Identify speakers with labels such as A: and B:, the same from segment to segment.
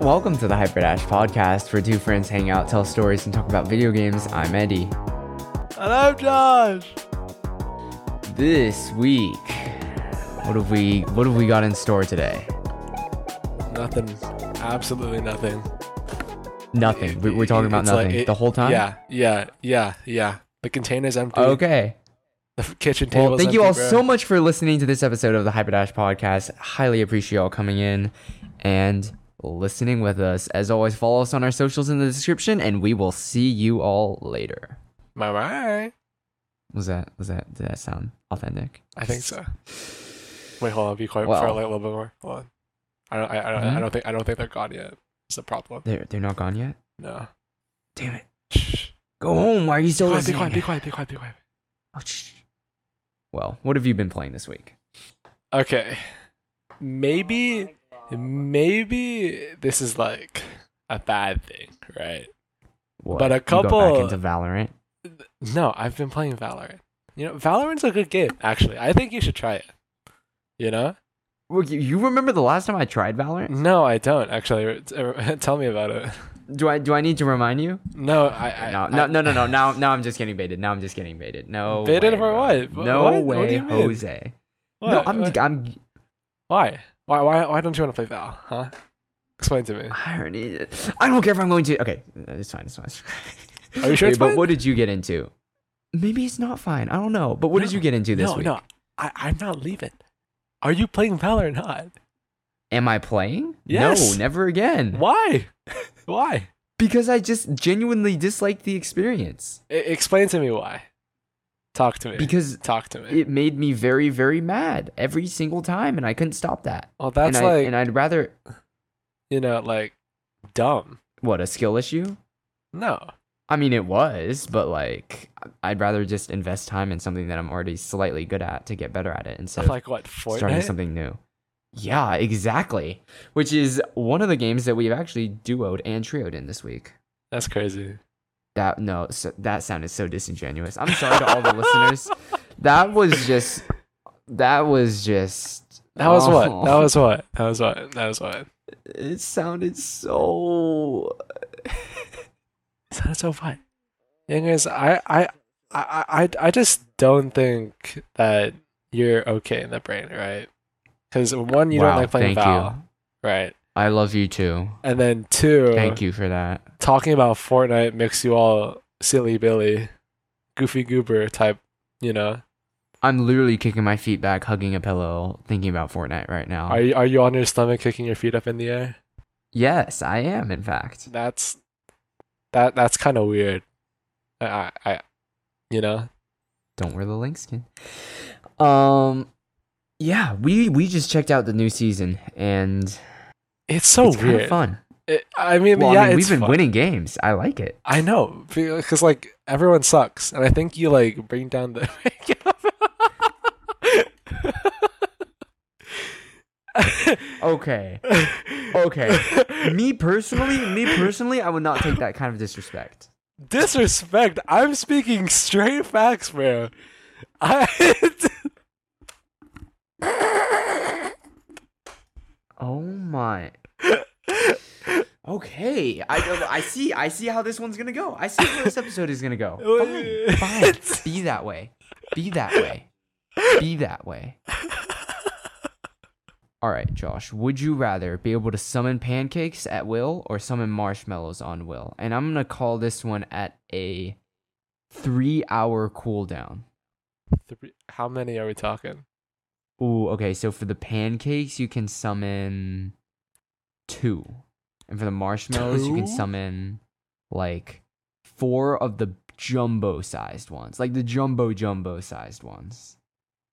A: Welcome to the Hyperdash podcast, where two friends hang out, tell stories, and talk about video games. I'm Eddie.
B: And I'm Josh.
A: This week, what have we what have we got in store today?
B: Nothing. Absolutely nothing.
A: Nothing. We, we're talking about
B: It's like-
A: nothing
B: it-
A: the whole time.
B: Yeah, yeah, yeah, yeah. The container's empty.
A: Okay.
B: The f- kitchen table.
A: Well, thank you all so much for listening to this episode of the Hyperdash podcast. Highly appreciate y'all coming in and listening with us. As always, follow us on our socials in the description, and we will see you all later.
B: My my.
A: Was that was that did that sound authentic?
B: I think so. Wait, hold on. Be quiet for
A: Well.
B: like, a little bit more. Hold on. I don't. I, I don't.
A: Hmm?
B: I don't think. I don't think they're gone yet. It's a problem.
A: They're they're not gone yet.
B: No.
A: Damn it!
B: Shh.
A: Go home. Why are you
B: Be
A: still
B: quiet. Be
A: listening?
B: quiet. Be quiet. Be quiet. Be quiet.
A: Oh, shh. Well, what have you been playing this week?
B: Okay. Maybe. Maybe this is like a bad thing, right?
A: What?
B: But a
A: you got
B: couple-
A: back into Valorant.
B: No, I've been playing Valorant. You know, Valorant's a good game, actually. I think you should try it. You know?
A: Well, you- You remember the last time I tried Valorant?
B: No, I don't actually. Tell me about it.
A: Do I do I need to remind you?
B: No, Mm-hmm. I. I
A: No,
B: I-
A: no, no, no, no. Now, now I'm just getting baited. Now I'm just getting baited. No,
B: Baited
A: way,
B: for
A: bro.
B: what? Wh-
A: No
B: what? What
A: way,
B: do you mean?
A: Jose.
B: What?
A: No, I'm,
B: What?
A: I'm.
B: Why? Why? Why? Why don't you want to play Val? Huh? Explain to me.
A: I already. I don't care if I'm going to. Okay, it's fine. It's fine.
B: Are you sure
A: Wait,
B: it's
A: but
B: fine?
A: what did you get into? Maybe it's not fine. I don't know. But what did
B: No,
A: you get into this
B: no,
A: week?
B: no. I, I'm not leaving. Are you playing Val or not?
A: Am I playing?
B: Yes.
A: No, never again.
B: Why? why?
A: Because I just genuinely dislike the experience.
B: I- E, explain to me why. Talk to me.
A: Because
B: Talk to me.
A: it made me very, very mad every single time, and I couldn't stop that.
B: well, that's
A: and I,
B: like
A: and I'd rather
B: you know, like dumb.
A: what a skill issue.
B: No.
A: I mean, it was, but like, I'd rather just invest time in something that I'm already slightly good at to get better at it instead of
B: like what? Fortnite.
A: starting something new. Yeah, exactly. Which is one of the games that we've actually duoed and trioed in this week.
B: That's crazy.
A: That no, so, that sounded so disingenuous. I'm sorry to all the listeners. That was just. That was just.
B: That was what?
A: Oh,
B: That was what? That was what? That was what?
A: It sounded so.
B: That's so fun. Thing is, I, I, I, I, I just don't think that you're okay in the brain, right? Because one, you
A: wow,
B: don't like playing
A: thank
B: Val,
A: you.
B: right?
A: I love you too.
B: And then two,
A: Thank you for that.
B: talking about Fortnite makes you all silly Billy, goofy goober type, you know?
A: I'm literally kicking my feet back, hugging a pillow, thinking about Fortnite right now.
B: Are you, are you on your stomach, kicking your feet up in the air?
A: yes, I am, in fact.
B: That's that. That's kind of weird. I, I, I, you know,
A: Don't wear the link skin. Um, yeah, we we just checked out the new season, and
B: it's so
A: it's kind
B: Oh, weird.
A: of fun.
B: It- I mean,
A: Well,
B: yeah,
A: I mean,
B: it's
A: we've been
B: fun.
A: winning games. I like it.
B: I know because like everyone sucks, and I think you like bring down the.
A: Okay. Okay. me personally, me personally, I would not take that kind of disrespect.
B: Disrespect. I'm speaking straight facts, bro. I.
A: Oh my. Okay, I I see I see how this one's gonna go. I see where this episode is gonna go. Fine, fine. Be that way. Be that way. Be that way. All right, Josh. Would you rather be able to summon pancakes at will or summon marshmallows on will? And I'm gonna call this one at a three-hour cooldown.
B: Three, how many are we talking?
A: Ooh, okay. So for the pancakes, you can summon two, and for the marshmallows, you can
B: Two?
A: summon like four of the jumbo-sized ones, like the jumbo jumbo-sized ones.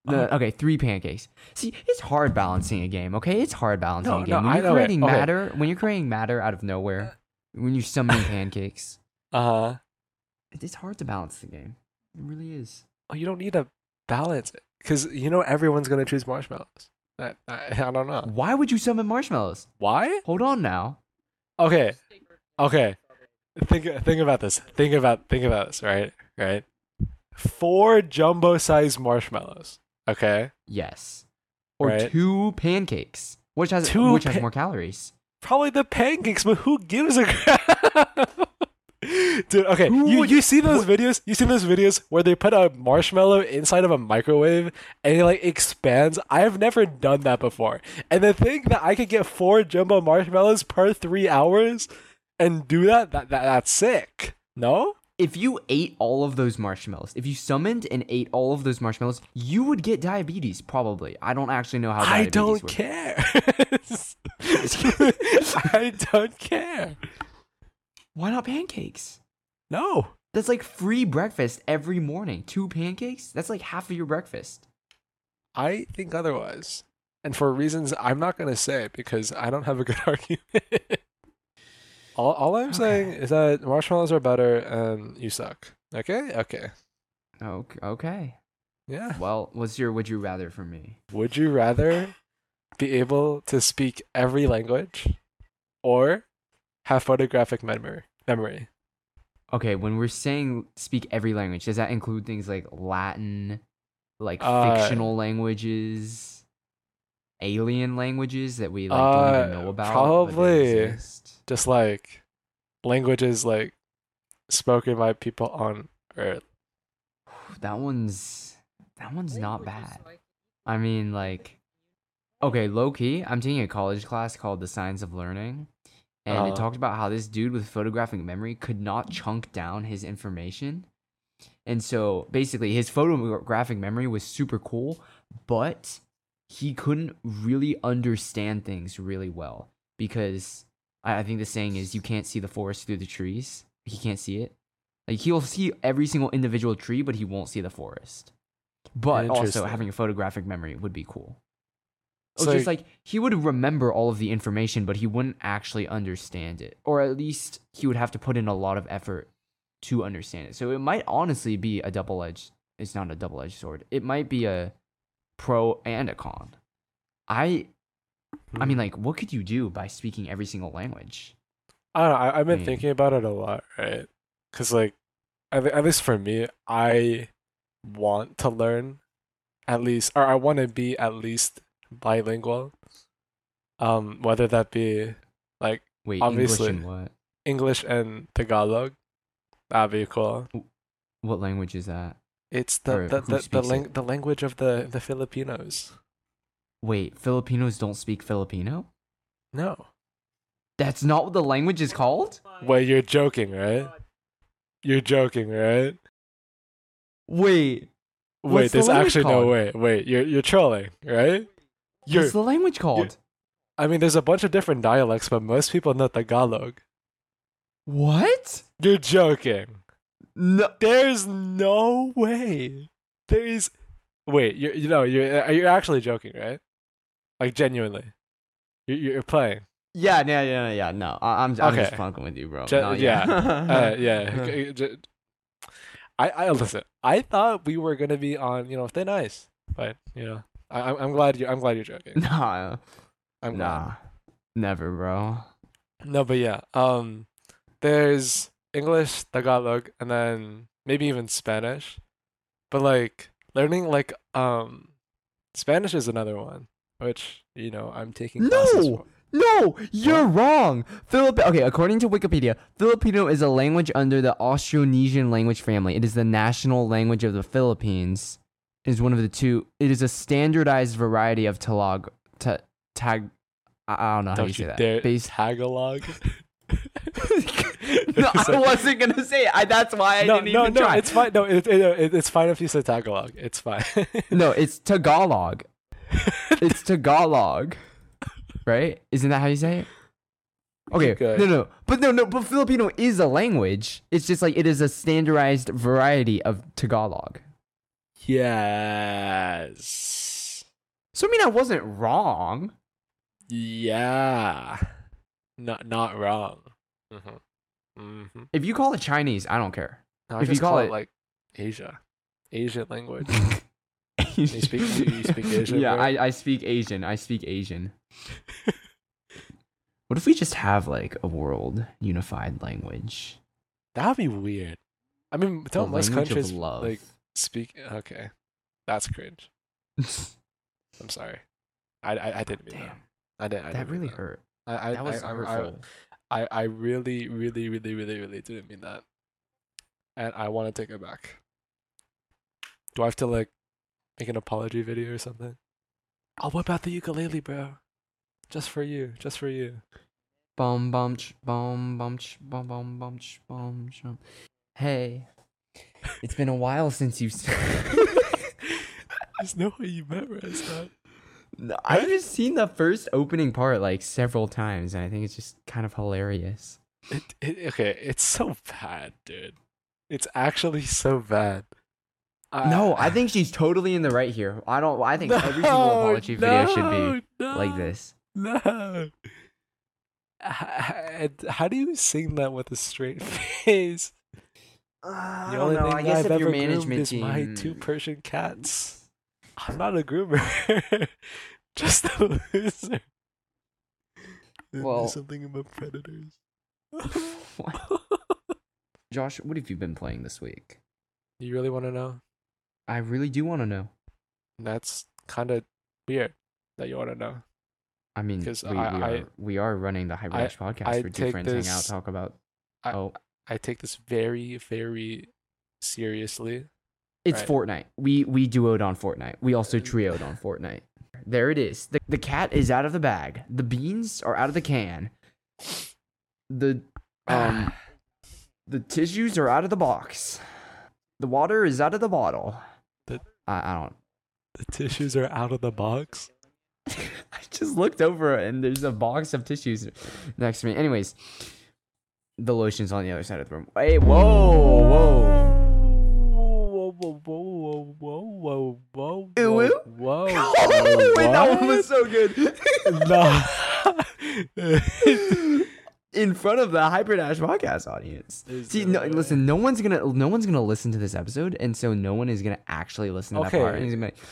A: The, okay, three pancakes. See, it's hard balancing a game. Okay, it's hard balancing
B: No,
A: a
B: no,
A: game.
B: I
A: When you're
B: know it,
A: creating
B: okay.
A: matter, when you're creating matter out of nowhere, when you're summoning pancakes,
B: Uh huh.
A: it- it's hard to balance the game. It really is.
B: Oh, you don't need to balance it because you know everyone's gonna choose marshmallows. I, I, I don't know
A: Why would you summon marshmallows?
B: why.
A: Hold on now.
B: Okay, okay. Think think about this. Think about think about this. Right, right. Four jumbo-sized marshmallows. Okay.
A: Yes. Or
B: Right.
A: two pancakes. Which has
B: Two
A: which has
B: pa-
A: more calories.
B: probably the pancakes, but who gives a crap? Dude, okay,
A: Who
B: you
A: would-
B: you see those videos? You see those videos where they put a marshmallow inside of a microwave and it like expands? I have never done that before. And the thing that I could get four jumbo marshmallows per three hours and do that, that, that that's sick. No?
A: If you ate all of those marshmallows, if you summoned and ate all of those marshmallows, you would get diabetes probably. I don't actually know how
B: I
A: diabetes
B: don't
A: works.
B: care. I don't care.
A: Why not pancakes?
B: No.
A: That's like free breakfast every morning. Two pancakes? That's like half of your breakfast.
B: I think otherwise. And for reasons I'm not going to say because I don't have a good argument. all, all I'm
A: Okay.
B: saying is that marshmallows are better and you suck. Okay? Okay.
A: Okay. okay.
B: Yeah.
A: Well, what's your would you rather for me?
B: Would you rather be able to speak every language or have photographic memory? Memory.
A: Okay, when we're saying speak every language, does that include things like Latin, like
B: Uh,
A: fictional languages, alien languages that we like don't
B: uh,
A: even know about? but they
B: probably.
A: exist?
B: Just like languages like spoken by people on earth.
A: That one's that one's not bad. I mean, like, okay, low key, I'm taking a college class called The Science of Learning, and
B: Uh.
A: it talked about how this dude with photographic memory could not chunk down his information. And so basically, his photographic memory was super cool, but he couldn't really understand things really well because I, I think the saying is you can't see the forest through the trees. He can't see it. Like he'll see every single individual tree, but he won't see the forest. But also
B: Interesting.
A: having a photographic memory would be cool. It's
B: So-
A: just like he would remember all of the information, but he wouldn't actually understand it, or at least he would have to put in a lot of effort to understand it. So it might honestly be a double edged. It's not a double edged sword. It might be a pro and a con. I, I
B: Hmm.
A: mean, like, what could you do by speaking every single language?
B: I don't know. I, I've been
A: Mm.
B: thinking about it a lot, right? Because, like, at, le- at least for me, I want to learn at least, or I want to be at least bilingual. Um, whether that be like
A: Wait,
B: Obviously.
A: English and what?
B: English and Tagalog, that'd be cool.
A: What language is that?
B: It's the
A: Or
B: the
A: who
B: the, the,
A: speaks
B: lang- the language of the the Filipinos.
A: Wait, Filipinos don't speak Filipino?
B: No,
A: That's not what the language is called?
B: wait, you're joking, right? You're joking, right?
A: Wait,
B: Wait,
A: What's the
B: there's
A: language
B: actually no
A: called?
B: way. Wait, you're you're trolling, right? You're
A: what's the language called?
B: I mean, there's a bunch of different dialects, but most people know Tagalog.
A: What?
B: You're joking.
A: No.
B: There's no way. There is. Wait, you you know you're uh, you're actually joking, right? Like genuinely, you're you're playing.
A: Yeah, yeah, yeah, yeah. No, I, I'm, I'm just
B: Okay.
A: fucking with you, bro.
B: Ju-
A: No, Uh-huh.
B: Uh, yeah. g- j- I I listen. I thought we were gonna be on you know thin ice, but you know I I'm- I'm glad you I'm glad you're joking.
A: nah,
B: I'm glad.
A: nah, never, bro.
B: No, but yeah. Um, there's English, Tagalog, and then maybe even Spanish. But like learning like um Spanish is another one, which you know I'm taking classes
A: No!
B: for.
A: No, you're wrong. Philip. Okay, according to Wikipedia, Filipino is a language under the Austronesian language family. It is the national language of the Philippines. It is one of the two. It is a standardized variety of Tagalog. Ta, tag. I I don't know how
B: Don't
A: you say
B: you
A: that.
B: dare
A: Base-
B: Tagalog.
A: no,
B: It's
A: I
B: like-
A: wasn't gonna say it. I, that's why I
B: no,
A: didn't
B: no,
A: even
B: no,
A: try.
B: it's fine. No, it, it, it- it's fine if you say Tagalog. It's fine.
A: no, it's Tagalog. it's Tagalog, right? Isn't that how you say it? Okay.
B: Okay.
A: No, no, but no, no, but Filipino is a language. It's just like it is a standardized variety of Tagalog.
B: yes.
A: So I mean, I wasn't wrong.
B: Yeah. Not not wrong. Mm-hmm. Mm-hmm.
A: If you call it Chinese, I don't care.
B: No, I
A: If you
B: just
A: call
B: call
A: it-
B: it like Asia, Asian language.
A: you
B: speak- you speak Asian,
A: Yeah,
B: bro?
A: I, I speak Asian. I speak Asian. what if we just have like a world unified language?
B: That'd be weird. I mean,
A: The
B: don't most
A: language of
B: countries
A: love.
B: like speak? Okay, that's cringe. I'm sorry. I I, I didn't mean
A: Damn,
B: that. I didn't. I
A: that
B: didn't mean
A: really hurt.
B: I I
A: That was
B: I, I,
A: hurtful.
B: I, I really, really, really, really, really didn't mean that. And I want to take it back. Do I have to like make an apology video or something? I'll whip out the ukulele, bro. Just for you. Just for you.
A: Bum bumch, bum bumch, bum bum bumch, bum chum. Hey, it's been a while since you.
B: There's no way you memorize that.
A: No, I've just seen the first opening part like several times, and I think it's just kind of hilarious.
B: It, it, okay, it's so bad, dude. It's actually so bad. I-
A: no, I think she's totally in the right here. I don't. I think every single
B: Uh, No,
A: apology video should
B: no,
A: be like
B: no.
A: this.
B: No. How, how do you sing that with a straight face?
A: I
B: The only thing
A: I guess
B: I've
A: if your
B: ever groomed
A: management
B: is
A: team.
B: my two Persian cats. I'm not a groomer, just a loser. There's
A: Well-
B: something about predators.
A: What? Josh, what have you been playing this week?
B: you really want to know?
A: I really do want to know.
B: That's kind of weird that you want to know.
A: I mean, we,
B: 'Cause
A: we,
B: I- I-
A: are, we are running the
B: I-
A: Hyperdash podcast
B: I
A: for two
B: take
A: friends hang out
B: this-
A: talk about.
B: I-
A: oh,
B: I take this very, very seriously.
A: it's
B: right.
A: Fortnite. We we duoed on Fortnite. We also trioed on Fortnite. There it is. The, the cat is out of the bag. The beans are out of the can. The um the tissues are out of the box. The water is out of the bottle.
B: The-
A: I, I don't
B: The tissues are out of the box.
A: I just looked over and there's a box of tissues next to me. Anyways, the lotion's on the other side of the room. Hey, whoa, whoa.
B: Whoa, whoa, whoa, whoa, whoa, whoa, whoa,
A: Ew,
B: whoa,
A: ew.
B: whoa.
A: Oh, wait, that one was so good.
B: no.
A: In front of the Hyperdash podcast audience.
B: There's
A: See,
B: no
A: no,
B: way.
A: listen, no one's gonna no one's gonna listen to this episode, and so no one is gonna actually listen to that part.
B: Okay.
A: And he's gonna be like,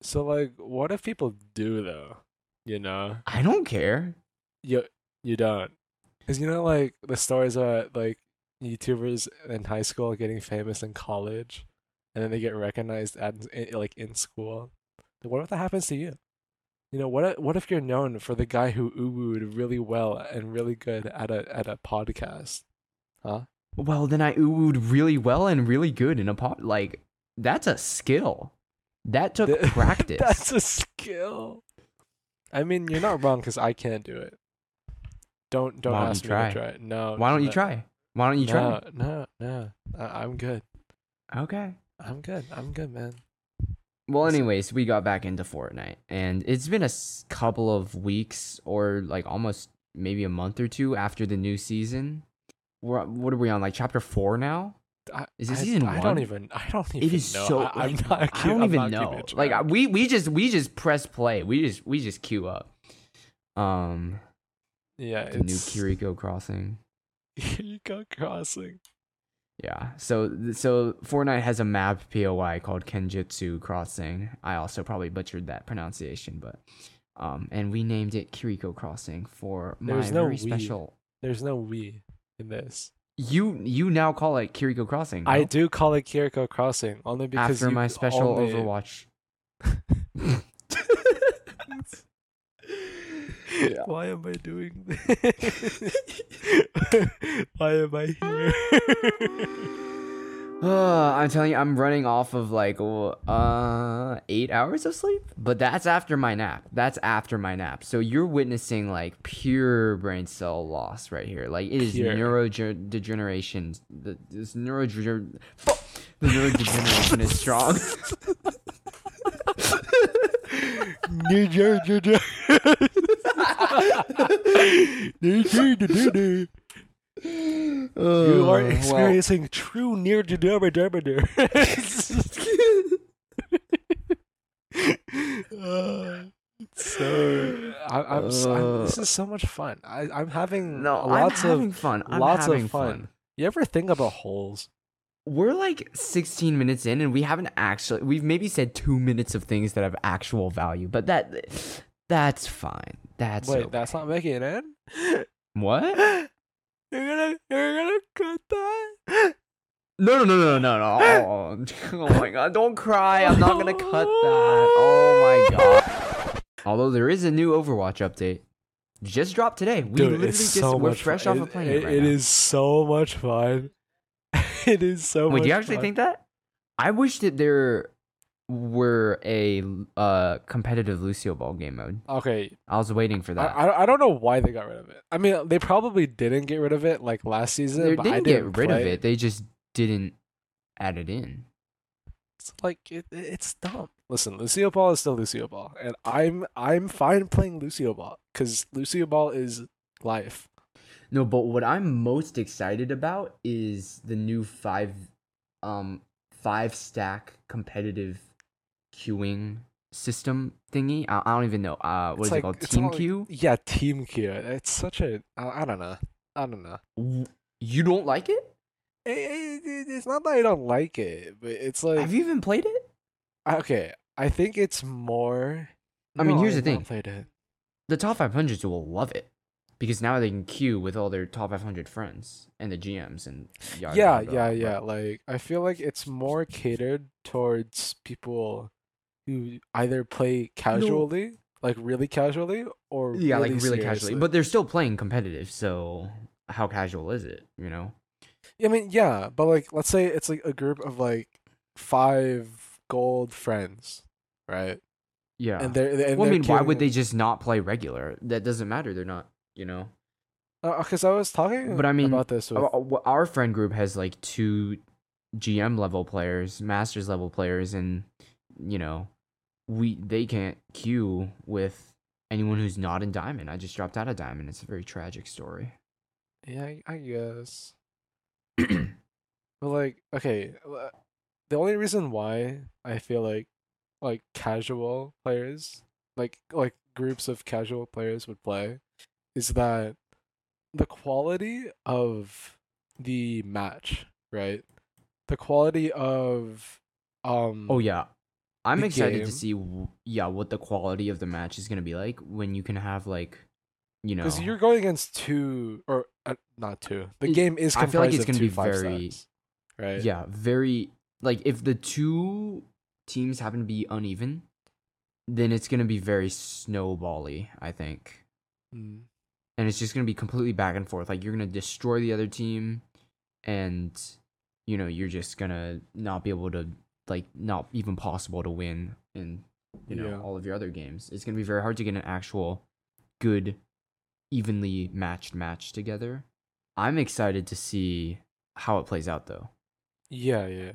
B: so like, what if people do though? You know,
A: I don't care.
B: you you don't, because you know like the stories about like YouTubers in high school getting famous in college, and then they get recognized at in, like in school. What if that happens to you? You know what? If, what if you're known for the guy who ooh really well and really good at a at a podcast?
A: Well, then I oohed really well and really good in a pot. Like that's a skill. That took
B: Th-
A: practice.
B: That's a skill. I mean, you're not wrong because I can't do it. Don't don't
A: Why don't
B: ask
A: you
B: me
A: try?
B: to try. it. No.
A: Why don't you
B: no,
A: try? Why don't you
B: No,
A: try?
B: no, no. I, I'm good.
A: Okay.
B: I'm good. I'm good, man.
A: Well,
B: Listen.
A: anyways, we got back into Fortnite, and it's been a s- couple of weeks or like almost maybe a month or two after the new season. We're, what are we on? Like chapter four now?
B: I,
A: Is this
B: I,
A: season
B: I
A: one?
B: don't even. I don't even.
A: it is
B: know.
A: so.
B: I, am
A: like,
B: not.
A: I don't
B: keep- I'm
A: even
B: not keeping
A: know.
B: a
A: Like I-
B: track.
A: we we just we just press play. We just we just queue up. Um,
B: yeah,
A: the new
B: it's
A: Kiriko crossing.
B: Kiriko Crossing.
A: Yeah. So th- so Fortnite has a map POI called Kenjutsu Crossing. I also probably butchered that pronunciation, but um and we named it Kiriko Crossing for my
B: There's no
A: very
B: we.
A: special
B: There's no we in this.
A: You you now call it Kiriko Crossing.
B: I
A: no?
B: do call it Kiriko Crossing only because
A: after
B: you
A: my
B: c-
A: special
B: only-
A: Overwatch. Yeah.
B: Why am I doing this? Why am I here?
A: Uh, I'm telling you, I'm running off of like w- uh eight hours of sleep, but that's after my nap. That's after my nap. So you're witnessing like pure brain cell loss right here. Like it is
B: Pure.
A: neurodegeneration. The this neurodegeneration, the neurodegeneration is strong.
B: New Jer- Jer- Jer- New Jer- Jer- Jer- Jer. You
A: Uh,
B: are
A: well,
B: experiencing true near So I, I'm, s am
A: Uh.
B: this is so much fun. I, I'm having
A: no,
B: lots
A: I'm
B: of
A: having fun. I'm
B: lots of
A: having
B: fun. You ever think about holes?
A: we're like 16 minutes in and we haven't actually we've maybe said two minutes of things that have actual value but that that's fine that's
B: Wait,
A: okay.
B: that's not making it in. you're
A: what
B: gonna, you're gonna cut that.
A: no no no no no no oh, oh my god don't cry i'm not gonna Oh cut that oh my god although there is a new overwatch update just dropped today. We
B: Dude,
A: literally
B: it's
A: just
B: so
A: we're
B: much
A: fresh
B: fun.
A: off a plane.
B: It, it,
A: right
B: it
A: now.
B: is so much fun. it is so
A: Wait,
B: much
A: do you actually
B: fun.
A: think that? I wish that there were a uh, competitive Lucio Ball game mode.
B: Okay,
A: I was waiting for
B: I,
A: that.
B: I I don't know why they got rid of it. I mean, they probably didn't get rid of it like last season.
A: they
B: but
A: didn't,
B: I
A: get rid of
B: play
A: it. They just didn't add it in.
B: It's like it, it- it's dumb. Listen, Lucio Ball is still Lucio Ball, and I'm I'm fine playing Lucio Ball because Lucio Ball is life.
A: No, but what I'm most excited about is the new five, um, five stack competitive queuing system thingy. I, I don't even know. Uh, what
B: It's
A: is
B: like-
A: it called?
B: it's
A: Team
B: all-
A: queue.
B: Yeah, Team Q. It's such a I, I don't know. I don't know.
A: W- You don't like it?
B: It, it, it- it's not that I don't like it, but it's like
A: Have you even played it?
B: I- okay. I think it's more.
A: I mean,
B: No,
A: here's
B: I've
A: the
B: not
A: thing.
B: Played it.
A: The top 500s will love it because now they can queue with all their top 500 friends and the GMs and yada,
B: yeah,
A: yada,
B: yeah,
A: but-
B: yeah. Like I feel like it's more catered towards people who either play casually, like really casually, or
A: yeah, like really
B: seriously.
A: casually, but they're still playing competitive. So how casual is it? You know.
B: I mean, yeah, but like let's say it's like a group of like five gold friends, right?
A: Yeah.
B: And they're and
A: well, I
B: they're
A: mean, why would they
B: queuing-
A: just not play regular? That doesn't matter. They're not, you know.
B: Uh, Because I was talking,
A: But I mean,
B: about this with
A: Our- Our our friend group has like two GM level players, masters level players, and you know, we they can't queue with anyone who's not in diamond. I just dropped out of diamond. It's a very tragic story.
B: yeah, I- I guess. But like, okay, uh, the only reason why I feel like like casual players, like like groups of casual players would play, is that the quality of the match, right? The quality of um
A: Oh yeah. I'm
B: The
A: excited
B: game.
A: to see w- yeah, what the quality of the match is going to be like when you can have like you know.
B: because you're going against two or uh, not two. The
A: It-
B: game is
A: I
B: comprised
A: feel like it's
B: going
A: gonna
B: to
A: be very-
B: right.
A: Yeah, very like if the two teams happen to be uneven, then it's gonna be very snowbally, I think.
B: Mm.
A: And it's just gonna be completely back and forth. Like you're gonna destroy the other team and you know, you're just gonna not be able to like not even possible to win in you know,
B: Yeah.
A: all of your other games. It's gonna be very hard to get an actual good, evenly matched match together. I'm excited to see how it plays out though.
B: Yeah, yeah.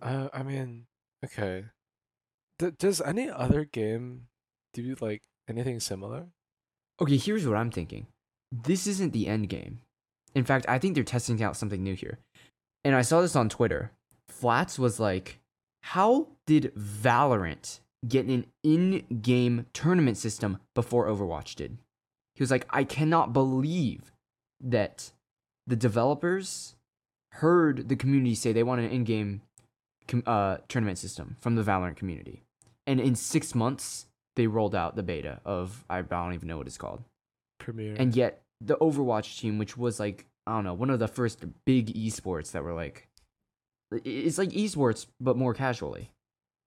B: Uh, I mean, okay. D- does any other game do like anything similar?
A: Okay, here's what I'm thinking. This isn't the end game. In fact, I think they're testing out something new here. And I saw this on Twitter. Flats was like, How did Valorant get an in game tournament system before Overwatch did? He was like, I cannot believe that the developers heard the community say they want an in game com- uh, tournament system from the Valorant community. And in six months, they rolled out the beta of, I don't even know what it's called.
B: Premiere.
A: And yet, the Overwatch team, which was like, I don't know, one of the first big esports that were like, i- it's like esports, but more casually.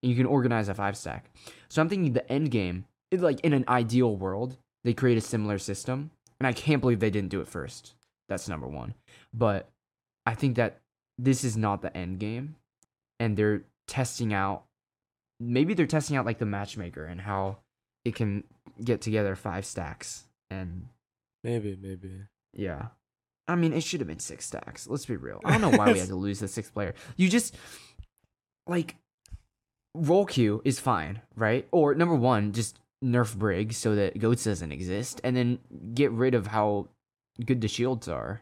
A: And you can organize a five stack. So I'm thinking the end game, it, like in an ideal world, they create a similar system. And I can't believe they didn't do it first. That's number one. But I think that this is not the end game. And they're testing out, maybe they're testing out like the matchmaker and how it can get together five stacks and
B: maybe, maybe.
A: yeah. I mean, it should have been six stacks. Let's be real. I don't know why we had to lose the sixth player. You just like roll queue is fine, right? Or number one, just nerf Brig so that Goats doesn't exist, and then get rid of how good the shields are,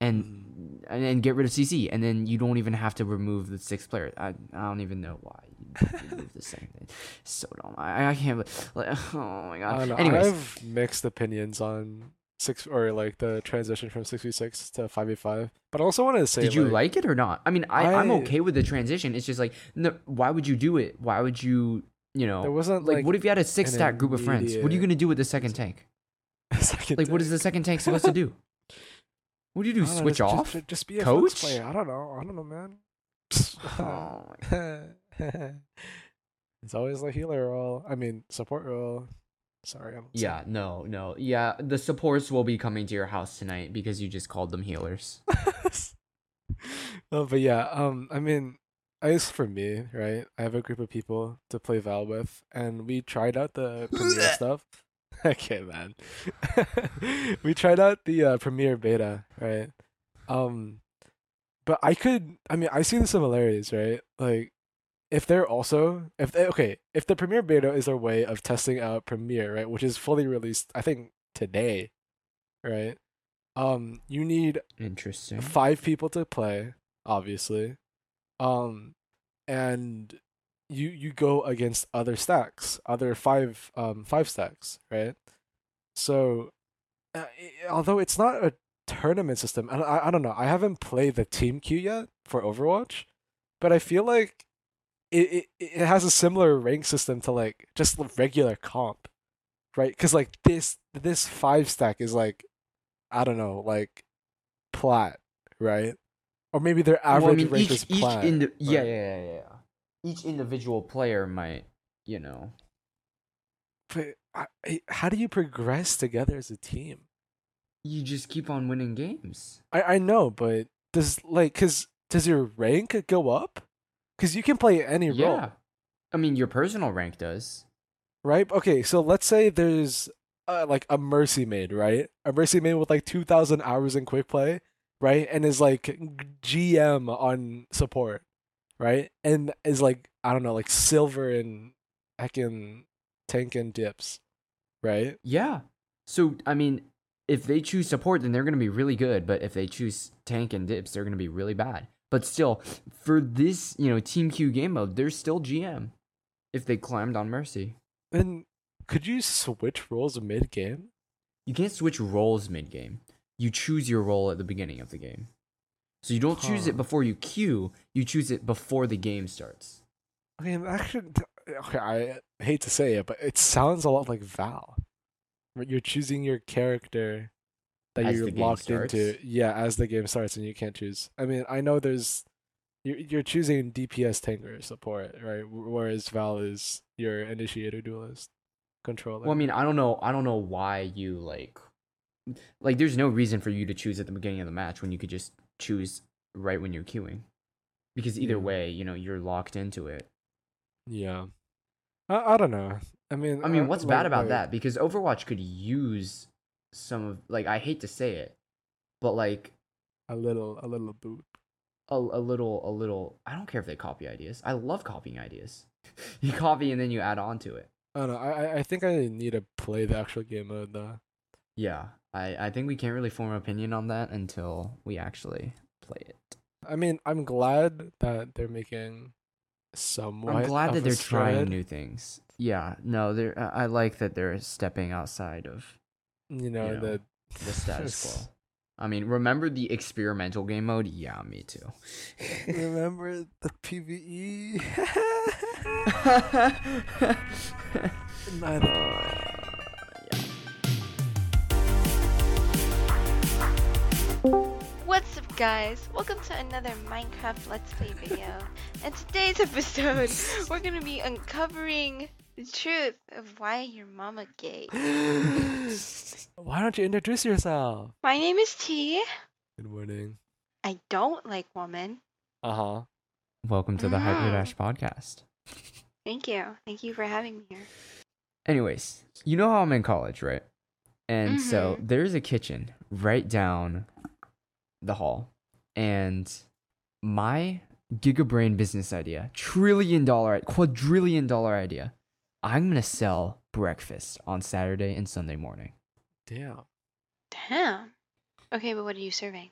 A: and
B: Mm.
A: and then get rid of CC, and then you don't even have to remove the sixth player. I I don't even know why you remove the second thing. So dumb. I I can't. Like, oh my
B: I
A: god.
B: don't know.
A: Anyways,
B: I've mixed opinions on six or like the transition from six v six to five v five. But I also wanted to say,
A: Did you like it or not? I mean, I, I, am
B: I-
A: okay with the transition. It's just like, no, why would you do it? Why would you, you know,
B: there wasn't
A: like,
B: like,
A: what if you had a six stack group of friends? What are you
B: immediate-
A: gonna do with the second tank?
B: second
A: Like, what is the second tank supposed to do? What do you do?
B: I don't know,
A: Switch
B: just-
A: off?
B: Just, just be a coach?
A: Coach?
B: player. I don't know. I don't know, man.
A: Oh,
B: it's always the healer role. I mean, support role. Sorry. I'm
A: Yeah, no, no. Yeah, the supports will be coming to your house tonight because you just called them healers.
B: No, but yeah, um, I mean, at least for me, right? I have a group of people to play Val with, and we tried out the Premiere stuff. okay, man. we tried out the uh, Premiere beta, right? Um, but I could, I mean, I see the similarities, right? Like, if they're also, if they, okay, if the Premiere beta is their way of testing out Premiere, right, which is fully released, I think today, right? Um, you need
A: Interesting.
B: five people to play obviously um and you you go against other stacks other five um five stacks right so uh, i- although it's not a tournament system and I, I don't know i haven't played the team queue yet for overwatch but i feel like it, it, it has a similar rank system to like just the regular comp right because like this this five stack is like i don't know like plat right or maybe their
A: Well,
B: average
A: I mean,
B: rank
A: each-
B: is
A: each
B: plat
A: indi- yeah,
B: right?
A: yeah, yeah, yeah. Each individual player might, you know.
B: but I, I- how do you progress together as a team
A: You just keep on winning games.
B: I I know, but does like cause does your rank go up? Cause you can play any role,
A: Yeah. I mean, your personal rank does.
B: right? Okay, so let's say there's uh, like a mercy maid, right? A mercy maid with like two thousand hours in quick play, right? And is like g- GM on support, right? And is like I don't know, like silver and heckin' tank and dips, right?
A: Yeah. So, I mean, if they choose support, then they're going to be really good. But if they choose tank and dips, they're going to be really bad. But still, for this, you know, Team Q game mode, they're still GM if they climbed on Mercy.
B: Then could you switch roles mid game?
A: You can't switch roles mid game. You choose your role at the beginning of the game. So you don't choose it
B: Huh.
A: before you queue, you choose it before the game starts.
B: Okay, and actually, t- okay, I hate to say it, but it sounds a lot like Val. Where You're choosing your character that
A: As
B: you're
A: the game
B: locked
A: starts?
B: into, yeah, as the game starts, and you can't choose. I mean, I know there's you're you're choosing DPS tank or support, right? wh- Whereas Val is your initiator duelist controller.
A: Well, I mean, I don't know. I don't know why you like, like. There's no reason for you to choose at the beginning of the match when you could just choose right when you're queuing, because either
B: Yeah.
A: way, you know, you're locked into it.
B: yeah, I, I don't know. I mean,
A: I mean,
B: uh,
A: what's
B: like-
A: bad about
B: like-
A: that? Because Overwatch could use some of like I hate to say it, but like
B: A little, a little boot.
A: a, a little a little. I don't care if they copy ideas. I love copying ideas. you copy and then you add on to it.
B: I don't know. I I- I think I need to play the actual game mode though.
A: Yeah, I I think we can't really form an opinion on that until we actually play it.
B: I mean, I'm glad that they're making somewhat.
A: I'm glad
B: of
A: that
B: a
A: they're trying
B: stride.
A: new things. Yeah, no, they're. I I like that they're stepping outside of
B: You know,
A: know,
B: the
A: the status quo. I mean, remember the experimental game mode? Yeah, me too.
B: Remember the E? PVE? Neither.
C: What's up, guys? Welcome to another Minecraft Let's Play video. In today's episode, we're gonna be uncovering the truth of why your mama gay.
B: Why don't you introduce yourself?
C: My name is T.
B: Good morning.
C: I don't like women.
B: Uh huh.
A: Welcome to the Hyper
C: Mhm.
A: Dash podcast.
C: Thank you. Thank you for having me here.
A: Anyways, you know how I'm in college, right? And so there's a kitchen right down the hall. And my gigabrain business idea, trillion dollar, quadrillion dollar idea, I'm going to sell breakfast on Saturday and Sunday morning.
B: Damn.
C: Damn. Okay, but what are you serving?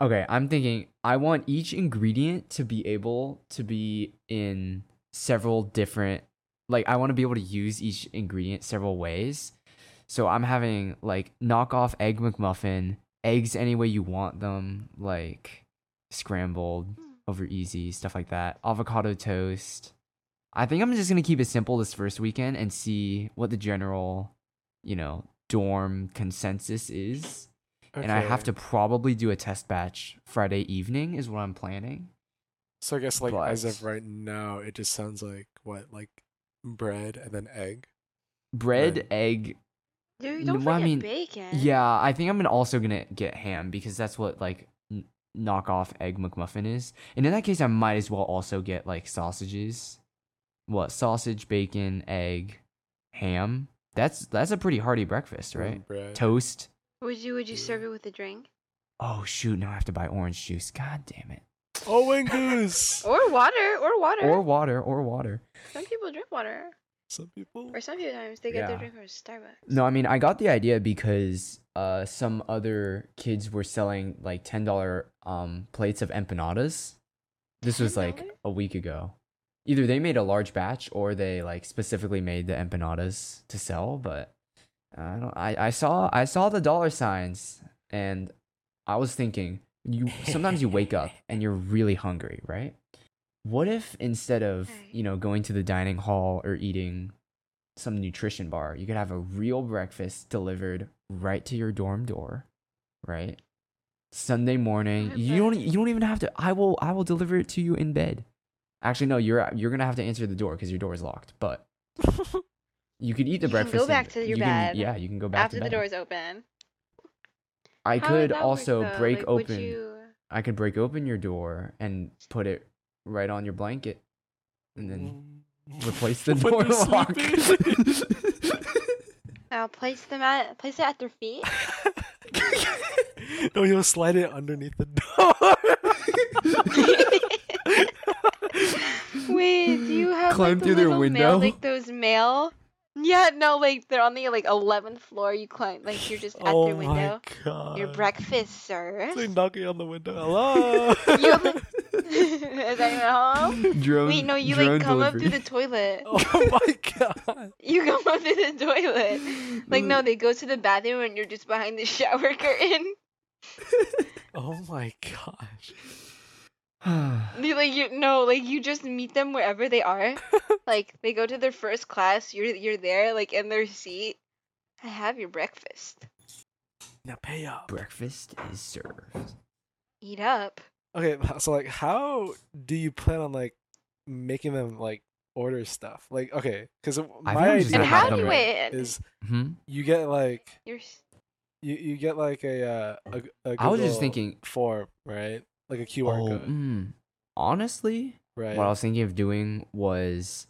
A: Okay, I'm thinking I want each ingredient to be able to be in several different like I want to be able to use each ingredient several ways. So I'm having like knockoff egg McMuffin, eggs any way you want them, like scrambled,
C: Hmm.
A: over easy, stuff like that. Avocado toast. I think I'm just going to keep it simple this first weekend and see what the general, you know, dorm consensus is and I have
B: Okay,
A: to probably do a test batch Friday evening is what I'm planning.
B: So I guess like as
A: but-
B: of right now, it just sounds like what like bread and then egg.
A: bread,
D: Right.
A: egg.
C: Dude, don't
A: Mm, Well, I
C: forget
A: mean,
C: bacon.
A: Yeah, I think I'm gonna- also gonna get ham because that's what like n- knockoff egg McMuffin is. And in that case, I might as well also get like sausages. What sausage, bacon, egg, ham? That's that's a pretty hearty breakfast, right?
D: Bread.
A: Toast.
C: Would you would you serve it with a drink
A: Oh shoot! Now I have to buy orange juice. God damn it.
B: Owen Oh, Goose.
C: or water or water?
A: Or water, or water.
C: Some people drink water,
B: Some people.
C: or some times they get
A: Yeah.
C: their drink from Starbucks.
A: No, I mean I got the idea because uh, some other kids were selling like ten dollar um, plates of empanadas. This was like
C: $10?
A: a week ago. Either they made a large batch or they like specifically made the empanadas to sell. But I don't. I, I saw I saw the dollar signs and I was thinking you sometimes you wake up and you're really hungry, right? What if instead of
C: Right.
A: you know going to the dining hall or eating some nutrition bar. You could have a real breakfast delivered right to your dorm door, right? Sunday morning.
C: I
A: You don't
C: bet.
A: you don't even have to I will I will deliver it to you in bed. Actually no, you're you're going to have to answer the door cuz your door is locked, but you could eat the
C: You can go
A: breakfast. in-
C: back to your
A: you can-
C: bed
A: yeah, you can go back
C: After
A: to
C: the
A: bed.
C: door is open.
A: I
C: How would
A: could
C: that work,
A: also
C: though?
A: break
C: Like, would
A: open
C: you-
A: I could break open your door and put it right on your blanket and then replace the
B: When
A: door
B: they're
A: lock.
C: Now place them at place it at their feet.
B: no, you'll slide it underneath the door.
C: Wait, do you have
A: Climb
C: like, the
A: through their
C: little
A: window?
C: Mail, like those mail? Yeah, no, like they're on the like eleventh floor. You climb, like you're just at
B: oh
C: their window.
B: my god.
C: Your breakfast, sir.
B: It's like knocking on the window. Hello.
C: You have, like- is anyone home?
A: drone,
C: Wait, no, you
A: drone
C: like come up
A: delivery.
C: through the toilet.
B: oh my god.
C: You come up through the toilet. Like
A: Mm.
C: no, they go to the bathroom and you're just behind the shower curtain.
B: Oh my gosh.
C: They, like you no, like you just meet them wherever they are. like they go to their first class, you're you're there, like in their seat. I have your breakfast.
B: Now pay up.
A: Breakfast is served.
C: Eat up.
B: Okay, so like, how do you plan on like making them like order stuff? Like, okay, because my
A: I'm just
B: idea
A: gonna have
C: And how
A: them
C: do
A: right.
C: it?
B: is
A: Hmm?
B: you get like
C: You're s-
B: you, you get like a uh a, a
A: I was just
B: Google
A: thinking-
B: form right like a QR
A: Oh,
B: code
A: mm. honestly,
B: right
A: what I was thinking of doing was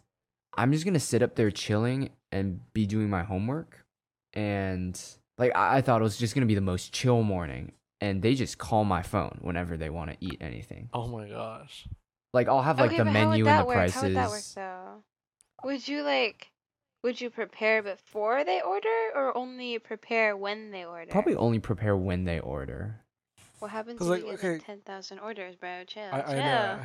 A: I'm just gonna sit up there chilling and be doing my homework, and like I, I thought it was just gonna be the most chill morning, and they just call my phone whenever they want to eat anything.
B: oh my gosh
A: Like I'll have like
C: okay,
A: the
C: but how would
A: menu
C: that
A: and the
C: work?
A: prices.
C: How would that work though? Would you like would you prepare before they order or only prepare when they order?
A: Probably only prepare when they order.
C: What happens if
B: 'Cause,
C: you
B: like,
C: get
B: okay.
C: like ten thousand orders, bro? Chill,
B: I, I
C: chill.
B: know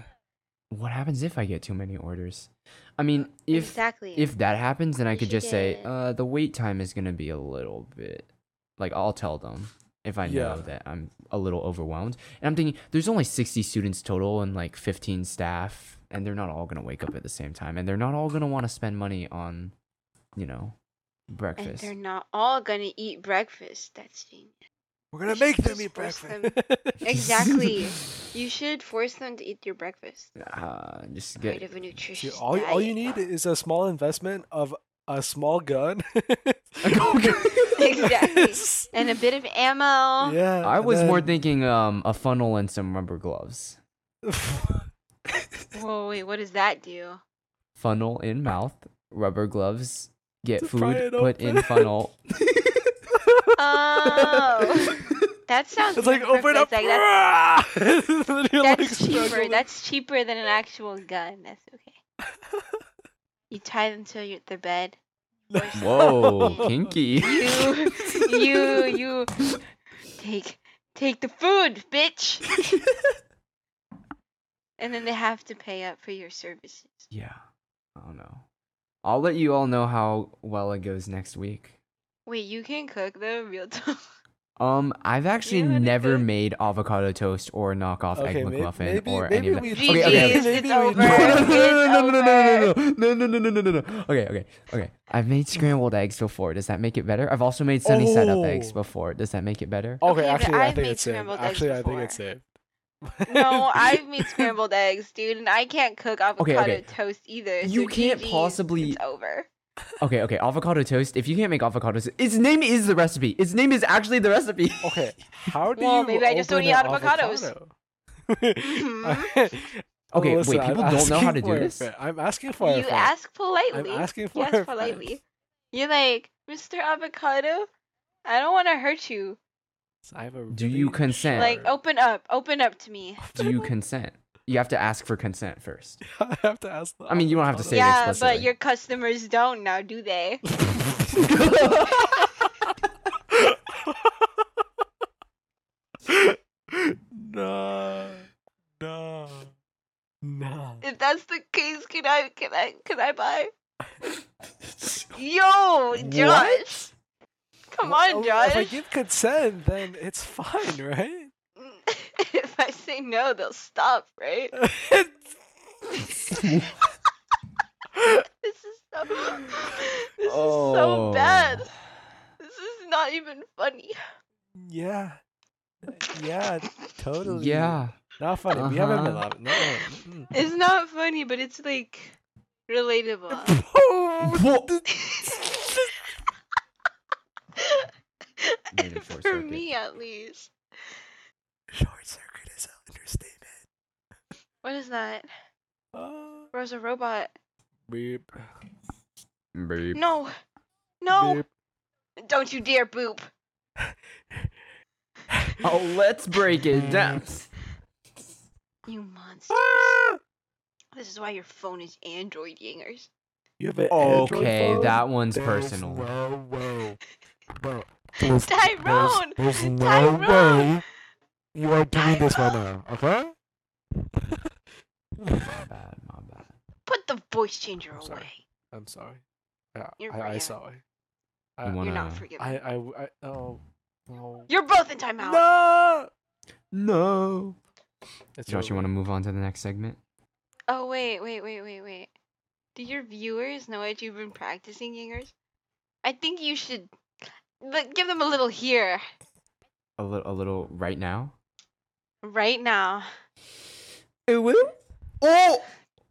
A: What happens if I get too many orders? I mean, if
C: exactly.
A: If that happens, then I
C: You
A: could
C: should
A: just say,
C: get-
A: uh, the wait time is gonna be a little bit. Like I'll tell them if I know
B: Yeah.
A: that I'm a little overwhelmed. And I'm thinking there's only 60 students total and like 15 staff, and they're not all gonna wake up at the same time, and they're not all gonna want to spend money on, you know,
C: and
A: breakfast.
C: they're not all gonna eat breakfast. That's genius.
B: we're gonna make them
C: Just
B: eat
C: force
B: breakfast
C: Exactly. you should force them to eat your breakfast.
A: Uh, just
C: Part
A: get
C: of a nutritious
B: Dude, all you- all you need
C: diet.
B: is a small investment of a small gun
C: Exactly. and a bit of ammo.
B: yeah
A: I
B: and
A: was more
B: then-
A: thinking um a funnel and some rubber gloves.
C: Whoa, wait, what does that do?
A: Funnel in mouth, rubber gloves. Get
B: To pry
A: food
B: it
A: put in
B: open.
A: funnel.
C: Oh, that sounds.
B: it's like
C: more
B: open up
C: perfect, Like, that's
B: that's,
C: that's cheaper.
B: oh
C: That's cheaper than an actual gun. That's okay. You tie them to your, their bed.
A: Whoa, kinky.
C: You, you, you. Take, take the food, bitch. and then they have to pay up for your services.
A: Yeah. I don't know. I'll let you all know how well it goes next week.
C: Wait, you can cook though, real talk.
A: Um, I've actually
C: know how to
A: never
C: cook?
A: made avocado toast or knockoff egg
B: may-
A: McMuffin
B: maybe,
A: or
B: maybe
A: any of
B: we
A: that.
C: GG's,
A: Okay, okay.
C: it's
B: Maybe we
C: over.
A: No,
B: don't.
A: no, no, no, no, no, no, no, no, no, no,
C: It's
A: no, no, no, no. Okay, okay, okay. I've made scrambled eggs before. Does that make it better? I've also made sunny side up eggs
B: Oh.
A: before. Does that make it better?
B: Okay,
C: Okay, but
B: actually, I
C: I've
B: think
C: made
B: it's saved.
C: scrambled eggs
B: Actually, I think it's
C: before.
B: saved.
C: No, I've made scrambled eggs, dude, and I can't cook avocado
A: okay.
C: toast either.
A: You
C: so
A: can't
C: GG's,
A: possibly-
C: It's over.
A: Okay, okay. Avocado toast. If you can't make avocado toast, its name is the recipe. Its name is actually the recipe.
B: Okay, how do
C: Well,
B: you?
C: maybe I just don't
B: open
C: eat
B: an
C: avocados. Mm-hmm.
B: avocado?
A: Okay,
B: Listen,
A: wait. People
B: I'm
A: don't know how
B: asking
A: to do
B: for a
A: this.
B: friend. I'm asking for a
C: You
B: friend.
C: ask politely.
B: I'm asking
C: you
B: for
C: ask
B: a
C: politely. You're like, Mr. Avocado, I don't want to hurt you.
B: I'm a
A: Do
B: really
A: you consent?
C: Like, oh,
B: sharp-
C: open up, open up to me.
A: Do you consent? You have to ask for consent first.
B: I have to ask. the
A: I mean, you don't have to Say it
C: yeah, but
A: explicitly.
C: your customers don't now, do they?
B: no, no, no.
C: If that's the case, can I, can I, can I buy? Yo, Josh, come on,
B: Well,
C: Josh.
B: Oh, If I give consent, then it's fine, right?
C: if I say no, they'll stop, right? This is so. This is so bad.
B: Oh.
C: This is not even funny.
B: yeah, yeah, totally.
A: Yeah.
B: not funny. We haven't been
A: Uh-huh.
B: laughing. No, no, mm-mm.
C: It's not funny, but it's like relatable.
A: Made it short
C: For
A: circuit.
C: me, at least.
B: Short circuit is an understatement.
C: What is that?
B: Uh,
C: Rose a robot?
B: beep.
A: Beep.
C: No, no!
B: Beep.
C: Don't you dare boop.
A: Oh, let's break it down.
C: You monster.
B: Ah!
C: This is why your phone is Android yingers.
B: You have an Android
A: Okay,
B: phone?
A: that one's
B: There's
A: personal.
B: no way. Bro, there's-
C: Tyrone!
B: There's, there's no
C: Tyrone!
B: way you are doing this right now, okay?
A: My bad. My bad.
C: Put the voice changer
B: I'm sorry.
C: away.
B: I'm sorry. Yeah,
C: You're
B: I, I
C: right.
B: sorry.
A: You
B: I-
A: wanna-
C: You're not
A: Nah.
C: forgiven.
B: I, I, I, oh, no.
C: You're both in timeout.
B: No!
A: No.
B: It's
A: Josh, you
B: over.
A: want to move on to the next segment?
C: Oh wait, wait, wait, wait, wait. Do your viewers know that you've been practicing yingers? I think you should like, give them a little here
A: A little, a little right now.
C: right now.
A: It will. Oh.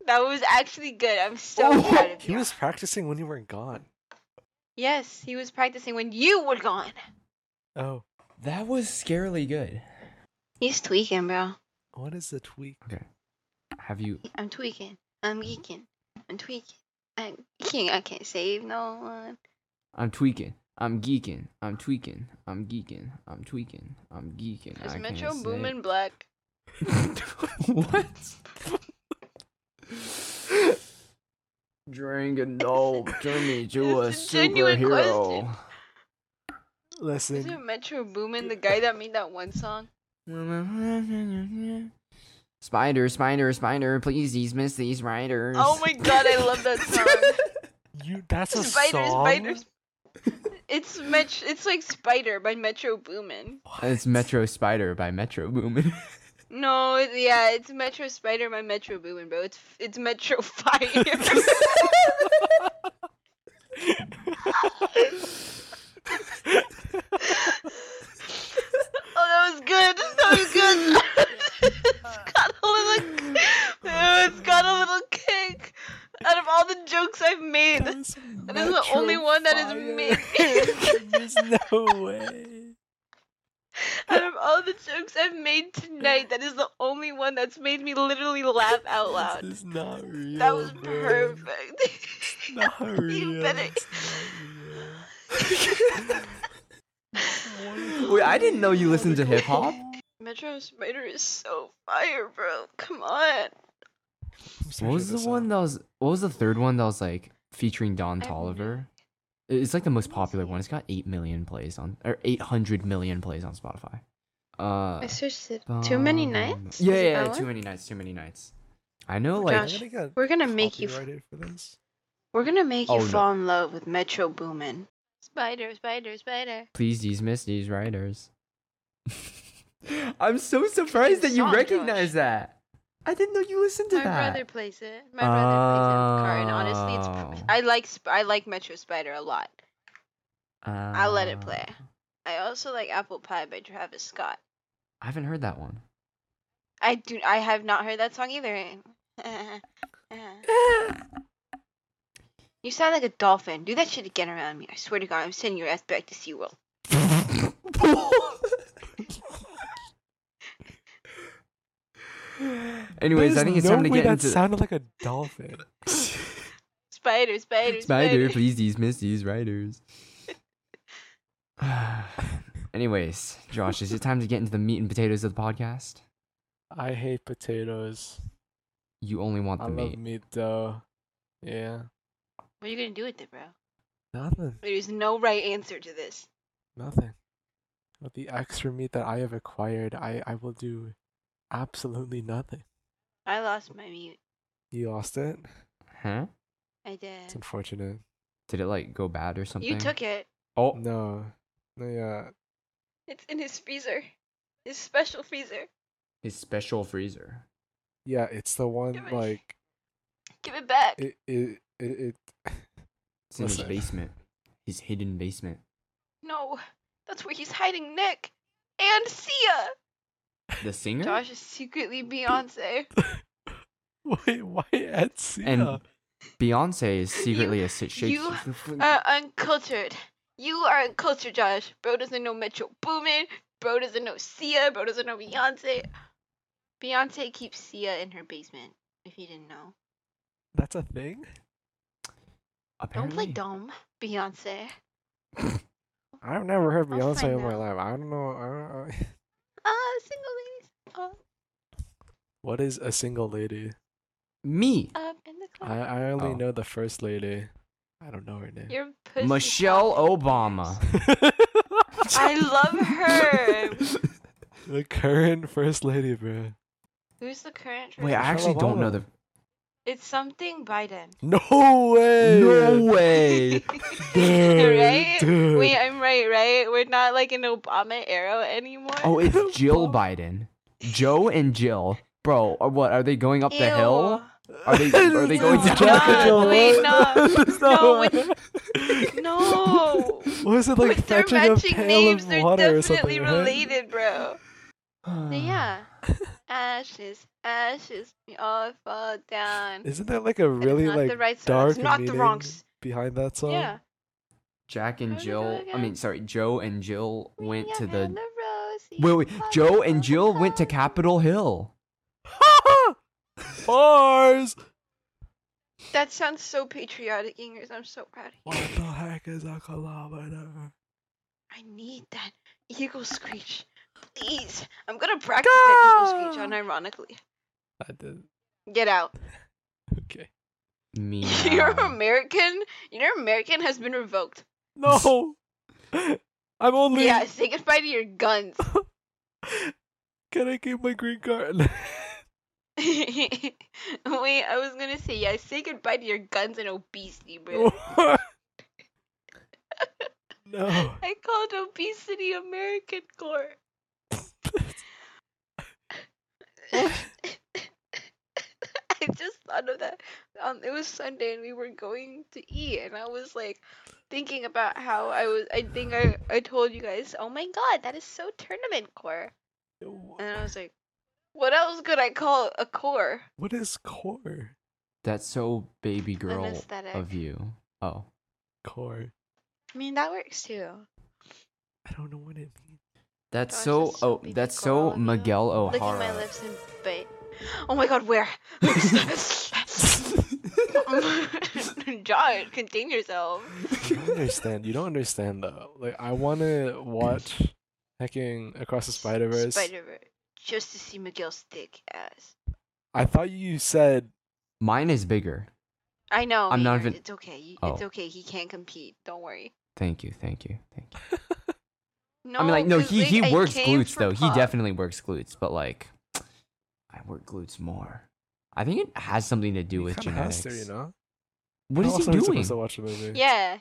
C: That was actually good. I'm so
A: Oh,
C: proud of
B: He
C: you.
B: was practicing when you were gone.
C: Yes, he was practicing when you were gone.
B: Oh,
A: That was scarily good.
C: He's tweaking, bro.
B: what is the tweak?
A: Have you?
C: I'm tweaking. I'm geeking. I'm tweaking. I'm geeking. I can't save no one.
A: I'm tweaking. I'm geeking. I'm tweaking. I'm geeking. I'm tweaking. I'm geeking.
C: Is
A: I
C: Metro
A: can't say-
C: Boomin black?
A: what? Drink a dope. Turn me to a
C: It's a genuine question.
A: superhero.
B: Listen,
C: Isn't Metro Boomin the guy that made that one song?
A: Spider, spider, spider, please dismiss these writers.
C: Oh my god, I love that song.
B: you, that's a
C: Spider,
B: song?
C: spider, sp- It's Met- It's like Spider by Metro Boomin.
A: It's Metro Spider by Metro Boomin.
C: No, it- yeah, it's Metro Spider by Metro Boomin, bro. It's it's Metro Fire. oh, that was good. That was good. it's got a little. Oh, it's got a little kick. Out of all the jokes I've made,
B: That is
C: That is the only
B: Metro
C: one that is
B: Fire.
C: made.
B: There's no way.
C: out of all the jokes I've made tonight, that is the only one that's made me literally laugh out loud.
B: This is not real.
C: That was
B: bro.
C: perfect.
B: Not real.
C: better-
A: Wait, I didn't know you listened to hip hop.
C: Metro Spider is so fire, bro. Come on.
A: What was the
B: uh,
A: one that was? What was the third one that was like featuring Don
C: I have no
A: Tolliver? It- It's like the most
C: Let me
A: popular
C: see.
A: one. It's got eight million plays on, or eight hundred million plays on Spotify. Uh,
C: I searched it. Too many nights?
A: Yeah,
C: Is it
A: yeah,
C: that
A: too
C: one?
A: many nights. Too many nights. I know,
C: Oh
A: like
C: gosh. We're gonna make you. F-
B: for this.
C: we're gonna make you
A: Oh, no.
C: fall in love with Metro Boomin. Spider, spider, spider.
A: please dismiss these writers. I'm so surprised that you
C: song,
A: recognize
C: Josh.
A: that. I didn't know you listened to
C: My
A: that. Ah.
C: brother plays it. My brother plays it on the car, and honestly, it's.
A: Oh.
C: pr- I like sp- I like Metro Spider a lot. I'll let it play.
A: Ah,
C: I also like Apple Pie by Travis Scott.
A: I haven't heard that one.
C: I do. I have not heard that song either. You sound like a dolphin. Do that shit again around me. I swear to God, I'm sending your ass back to SeaWorld.
A: Anyways, I think it's
B: no
A: time to
B: way
A: get
B: that
A: into
B: sounded like a dolphin.
C: Spider, spider,
A: Spider,
C: spider.
A: please these miss these writers. Anyways, Josh, is it time to get into the meat and potatoes of the podcast?
B: I hate potatoes.
A: You only want
B: I
A: the
B: love
A: meat.
B: meat though. Yeah.
C: What are you gonna do with it, bro?
B: Nothing.
C: There's no right answer to this.
B: Nothing. With the extra meat that I have acquired, I, I will do absolutely nothing.
C: I lost my mute.
B: You lost it?
C: Eh.
A: Huh?
C: I
B: It's
C: did.
B: unfortunate.
A: Did it like go bad or something?
C: You took it.
A: Oh,
B: No. No, yeah.
C: It's in his freezer. His special freezer.
A: his special freezer.
B: Yeah, it's the one,
C: Give it-
B: like,
C: Give it back.
B: it, it, it, it
A: It's in his
B: Listen.
A: basement. His hidden basement.
C: No. That's where he's hiding Nick. And Sia!
A: The singer
C: Josh is secretly Beyonce.
B: Wait, why Etsy? Uh,
A: and Beyonce is secretly a sit shake.
C: you Uh, uncultured. You are uncultured, Josh. Bro doesn't know Metro Boomin. Bro doesn't know Sia. Bro doesn't know Beyonce. Beyonce keeps Sia in her basement, if you didn't know.
B: That's a thing?
C: Don't play
A: Apparently,
C: dumb, Beyonce.
B: I've never heard
C: I'll
B: Beyonce
C: find
B: in my
C: out.
B: life. I don't know. I don't, I...
C: Ah, single ladies.
B: What is a single lady?
A: me,
C: Up, up uh, um, in the club.
B: I, I only
A: Oh.
B: know the first lady. I don't know her name.
C: Your pussy
A: Michelle
C: popping.
A: Obama.
C: I love her.
B: the current first lady, bro.
C: Who's the current?
A: Wait, I
B: Michelle
A: actually don't know
B: Obama.
A: the.
C: It's something Biden.
B: No way.
A: No way.
C: right?
B: dude.
C: Wait, I'm right, right? We're not like an Obama era anymore.
A: Oh, it's Jill Biden. Joe and Jill. Bro, are what are they going up the hill? Are they are they going
C: No,
A: down
C: no,
A: the hill?
C: wait, no.
B: There's
C: No,
B: way.
C: No.
B: What is it like
C: With their
B: fetching a
C: matching
B: pail
C: names,
B: of
C: they're
B: water or something?
C: definitely
B: right?
C: related, bro. So yeah. Ashes, ashes, we all fall down.
B: Isn't there like a really
C: not
B: like
C: the right song.
B: dark
C: It's not the
B: meaning
C: wrong s-
B: behind that song?
C: yeah.
A: Jack and
C: How did it go
A: Jill. I
C: again?
A: mean, sorry, Joe and Jill went to
C: Young and
A: the.
C: rosy
A: Wait, wait.
C: and
A: Joe and Jill went to
C: butterfly.
A: Capitol Hill.
B: Bars.
C: That sounds so patriotic, Ingers. I'm so proud of you.
B: What the heck is a kilometer?
C: I need that eagle screech. Please. I'm gonna practice that eagle screech
B: Go!
C: unironically.
B: I did.
C: Get out.
B: Okay.
A: Me.
C: Your American your American has been revoked.
B: No. I'm only.
C: Yeah, say goodbye to your guns.
B: Can I keep my green card?
C: Wait, I was gonna say yeah, say goodbye to your guns and obesity, bro.
B: no.
C: I called obesity American core. I just thought of that. Um, it was Sunday and we were going to eat, and I was like thinking about how I was. I think I I told you guys, oh my god, that is so tournament core. And then I was like, what else could I call a core?
B: What is core?
A: That's so baby girl
C: aesthetic.
A: of you. Oh.
B: Core.
C: I mean, that works too.
B: I don't know what it means.
A: That's
C: Gosh,
A: so.
C: that's so
A: Oh,
C: baby
A: that's
C: girl
A: so
C: of you.
A: Miguel
C: Licking my
A: O'Hara.
C: lips and bite. Oh my god, where? John, contain yourself.
B: You don't understand. You don't understand though. Like I want to watch hacking across the Spider Verse.
C: Spider Verse. Just to see Miguel's thick ass.
B: I thought you said
A: Mine is bigger.
C: I know.
A: I'm not
C: Ian,
A: even-
C: It's okay. You, It's
A: Oh.
C: okay. He can't compete. Don't worry.
A: Thank you. Thank you. Thank you.
C: No,
A: I mean, like, no,
C: 'cause,
A: he
C: like,
A: he
C: I
A: works
C: came
A: glutes
C: for
A: though. He
C: pop.
A: definitely works glutes, but like, I work glutes more. I think it has something to do
B: you
A: with
B: kinda
A: genetics.
B: has to, you know?
A: What
B: How
A: is
B: else
A: he
B: are we
A: doing?
B: supposed to watch a movie?
C: Yeah.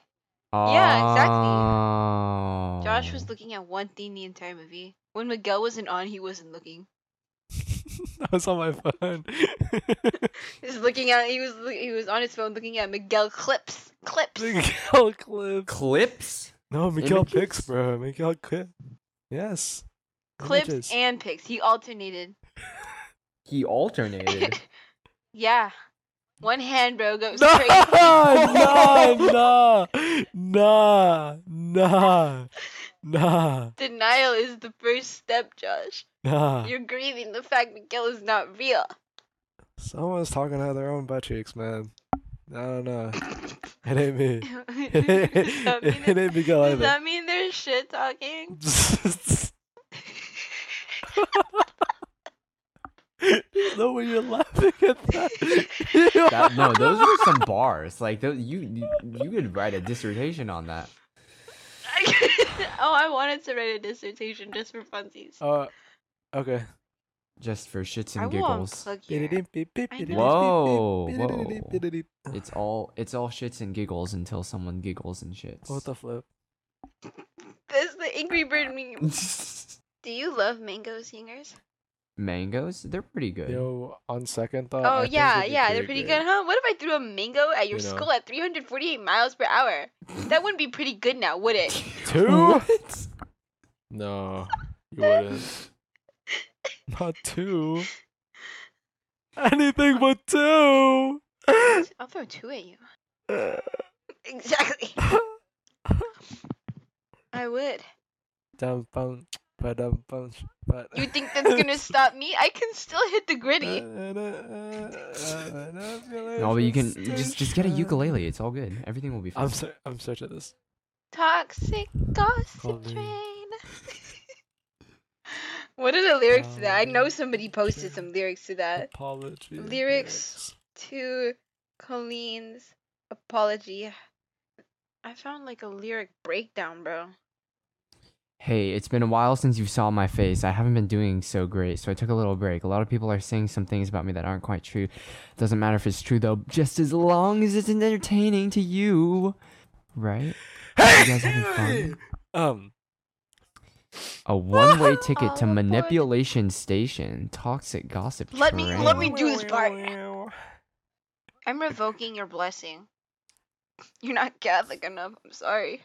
C: Yeah,
A: Yeah,
C: Josh was looking at one thing the entire movie. When Miguel wasn't on, he wasn't looking.
B: I was on my phone.
C: He was looking at. He was. look- He was on his phone looking at Miguel clips. Clips.
B: Miguel Clip.
A: clips.
B: No, Miguel
A: Images?
B: Picks, bro. Miguel Clip. Yes.
C: clips
B: Images.
C: and pics. He alternated.
A: He alternated.
C: yeah. One hand, bro, goes
B: Nah,
C: straight.
B: nah, nah, nah, nah, nah,
C: Denial is the first step, Josh.
B: nah.
C: You're grieving the fact Miguel is not real.
B: Someone's talking out of their own butt cheeks, man. I don't know. It ain't me.
C: does, that mean
B: it ain't Miguel
C: does
B: either.
C: that mean they're shit talking?
B: There's no way you're laughing at that. You
A: That, no, those were some bars. Like those, you, you, you could write a dissertation on that.
C: oh, I wanted to write a dissertation just for funsies.
B: are- Uh, okay.
A: Just for shits
C: I
A: and
C: will
A: giggles.
C: unplug here.
A: Whoa,
B: whoa.
A: It's all it's all shits and giggles until someone giggles and shits.
B: What the flip?
C: This is the Angry Bird meme. Do you love mango singers?
A: Mangoes, they're pretty good.
B: Yo, on second thought.
C: Oh
B: I think
C: yeah,
B: it'd be
C: yeah, they're pretty good, huh? What if I threw a mango at your
B: You know.
C: skull at 348 miles per hour? That wouldn't be pretty good now, would it?
B: Two?
A: What?
B: No, you wouldn't. Not two. Anything but two.
C: I'll throw two at you. Exactly. I would.
B: Dum bum, ba dum bum, ba.
C: You think that's gonna stop me? I can still hit the gritty.
B: Uh,
A: No,
B: No,
A: but you can you just just get a ukulele. It's all good. Everything will be fine.
B: I'm so, I'm searching this.
C: Toxic
B: Call
C: gossip
B: me.
C: train. what are the lyrics to that? I know
B: Call
C: somebody posted some lyrics to that.
B: Apology.
C: lyrics. To Colleen's apology. I found like a lyric breakdown, bro.
A: Hey, it's been a while since you saw my face. I haven't been doing so great, so I took a little break. A lot of people are saying some things about me that aren't quite true. Doesn't matter if it's true though, just as long as it's entertaining to you. Right? Are you guys having fun?
B: Um.
A: A one way ticket
C: Oh,
A: to
C: boy.
A: manipulation station. Toxic gossip.
C: Let me-
A: train.
C: let me do this part.
B: Wait,
C: I'm revoking your blessing. You're not Catholic enough. I'm sorry.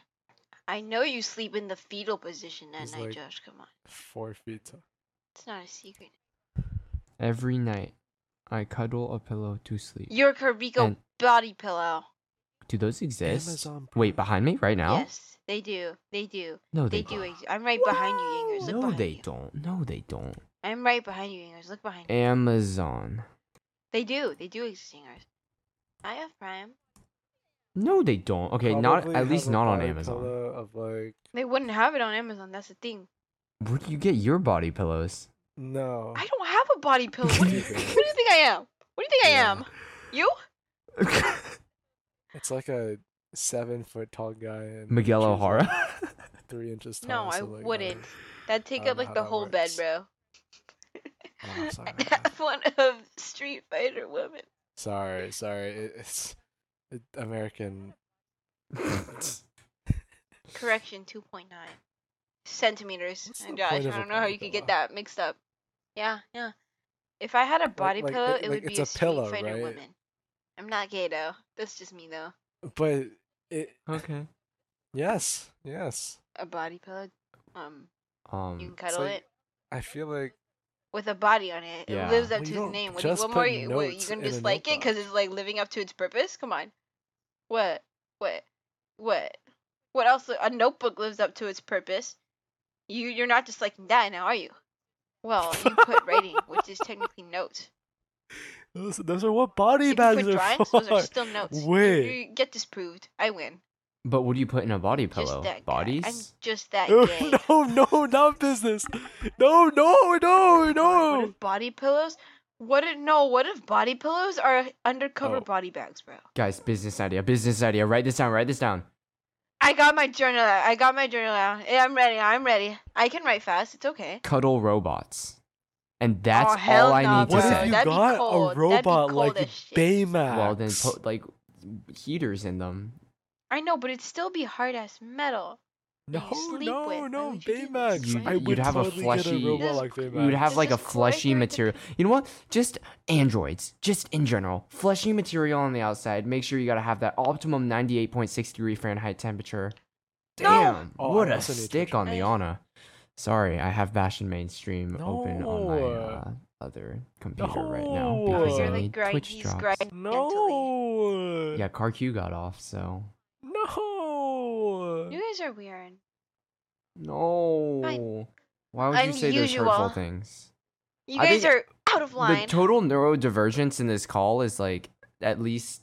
C: I know you sleep in the fetal position that
B: He's
C: night,
B: like-
C: Josh. Come on.
B: Four feet. tall.
C: It's not a secret.
A: Every night, I cuddle a pillow to sleep.
C: Your Carbico
A: And-
C: body pillow.
A: Do those exist?
B: Amazon
A: Wait, behind me right now?
C: Yes, they do. They do.
A: No, they,
C: they do.
A: don't.
C: Ex- I'm right behind you, Yingers. Look
A: No,
C: behind
A: they
C: you.
A: don't. No, they don't.
C: I'm right behind you, Yingers. Look behind you.
A: Amazon.
C: They do. They do exist, Yingers. I have Prime.
A: No, they don't. Okay,
B: Probably
A: not at
B: have
A: least
B: a
A: not on
B: body
A: Amazon.
B: pillow Of like,
C: They wouldn't have it on Amazon. That's the thing.
A: Where do you get your body pillows?
B: no.
C: I don't have a body pillow. Oh, What do you, who do you think I am? What do you think I
B: Yeah. Oh,
C: am? You?
B: It's like a seven foot tall guy and
A: Miguel
B: she's like
A: O'Hara.
B: three inches tall.
C: No,
B: so,
C: I
B: like, don't-
C: wouldn't. That'd take
B: I don't
C: up
B: know
C: like
B: how
C: the
B: that
C: whole bed,
B: works.
C: bro.
B: Oh, sorry.
C: I have one of Street Fighter women.
B: sorry, sorry. it- It's it, American.
C: Correction, 2.9 centimeters.
B: What's
C: And
B: the
C: Josh, I
B: point of a
C: don't know how
B: body
C: you could
B: pillow?
C: get that mixed up. Yeah, yeah. If I had a body
B: like,
C: pillow,
B: it-
C: it
B: like,
C: would be
B: it's
C: a,
B: a
C: Street
B: pillow,
C: Fighter
B: right?
C: woman. I'm not gay though. That's just me though.
B: But it
A: okay.
B: yes, yes.
C: A body pillow. Um, you can
A: Um.
C: cuddle
B: Hmm, like-
C: it
B: I feel like
C: with a body on it.
A: Yeah.
C: It lives
B: Well,
C: up
B: you
C: to
B: don't
C: its name. What, do you-
B: just
C: what more?
B: put
C: You, what, you
B: notes
C: gonna
B: in a
C: dislike it because
B: notebook.
C: it's like living up to its purpose? Come on. What? What? What? What else? A notebook lives up to its purpose. You you're not just liking that now, are you? Well, you put writing, which is technically notes.
B: those, those are what body
C: You can
B: bags
C: put
B: are
C: drawings,
B: for.
C: those are still notes. You-
B: Wait.
C: you get disproved. I win.
A: But what do you put in a body pillow?
C: Just that guy. I'm
A: Bodies.
C: just that gay.
B: Oh, no, no, not business. No, no, no,
C: What
B: no.
C: if body pillows? What if no? What if body pillows are undercover
B: Oh.
C: body bags, bro?
A: Guys, business idea. Business idea. Write this down. Write this down.
C: I got my journal out. I got my journal out. Yeah, I'm ready. I'm ready. I can write fast. It's okay.
A: Cuddle robots. And that's
C: oh, hell
A: all I
C: nah,
A: need
B: What
A: to
C: bro.
A: say.
B: if you
C: That'd be
B: got
C: cold.
B: a
C: That'd be
B: robot
C: cold
B: like
C: as shit.
B: Baymax?
A: Well, then put like heaters in them.
C: I know, but it'd still be hard ass metal.
B: No,
C: that you sleep
B: no,
C: with. Why
B: no,
C: would you do this?
B: Baymax.
A: You-
B: I
A: you'd
B: would
A: have a
B: totally
A: fleshy-
B: get a robot
C: Just-
B: like
A: You
B: Baymax.
A: would have
C: Just
A: like a
C: just cloy
A: fleshy
C: through it to
A: material. You know what? Just androids, just in general, fleshy material on the outside. Make sure you gotta have that optimum 98.6 degree Fahrenheit temperature.
C: No!
A: Damn,
B: Oh, I
A: what a
B: also need to
A: stick
B: check.
A: on the
C: I-
A: Ana. Sorry, I have Bastion mainstream open on my
B: No.
A: uh, other computer right now because
B: No.
A: I
B: Oh,
A: need
C: grind-
A: Twitch
C: he's
A: drops.
C: grind-
B: No.
A: Yeah, CarQ got off, so
B: No.
C: You guys are weird.
A: no. Why would you say those hurtful
C: Unusual.
A: things?
C: You
A: I
C: guys
A: think-
C: are out of
A: The
C: line.
A: total neurodivergence in this call is like at least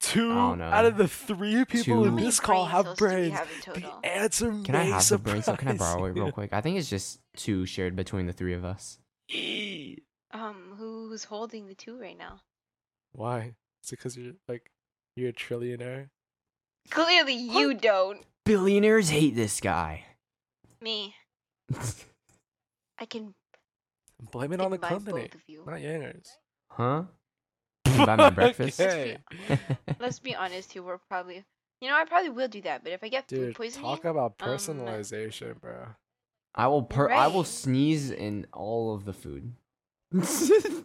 B: Two
A: Oh, no.
B: out of the three people
A: Two-
C: How
B: in
C: many
B: this call
C: brain
B: have
C: cells do we
B: brains.
C: have in total?
B: The answer
A: Can
B: may
A: I have the
B: surprise
A: brain? cell? Can I borrow it real
B: you.
A: quick? I think it's just two shared between the three of us.
B: Eee.
C: Um, who's holding the two right now?
B: Why? Is it because you're like you're a trillionaire?
C: Clearly, you don't.
A: Billionaires hate this guy.
C: Me, I can.
B: Blame it on the
C: buy
B: company,
C: both of you.
B: not Yangers.
A: huh? Can you buy my breakfast?
B: Okay.
C: Let's be honest here. We're probably, you know, I probably will do that. But if I get food
B: Dude,
C: poisoning,
B: talk about
C: Um,
B: personalization, bro.
A: I will per I will
C: Right.
A: sneeze in all of the food.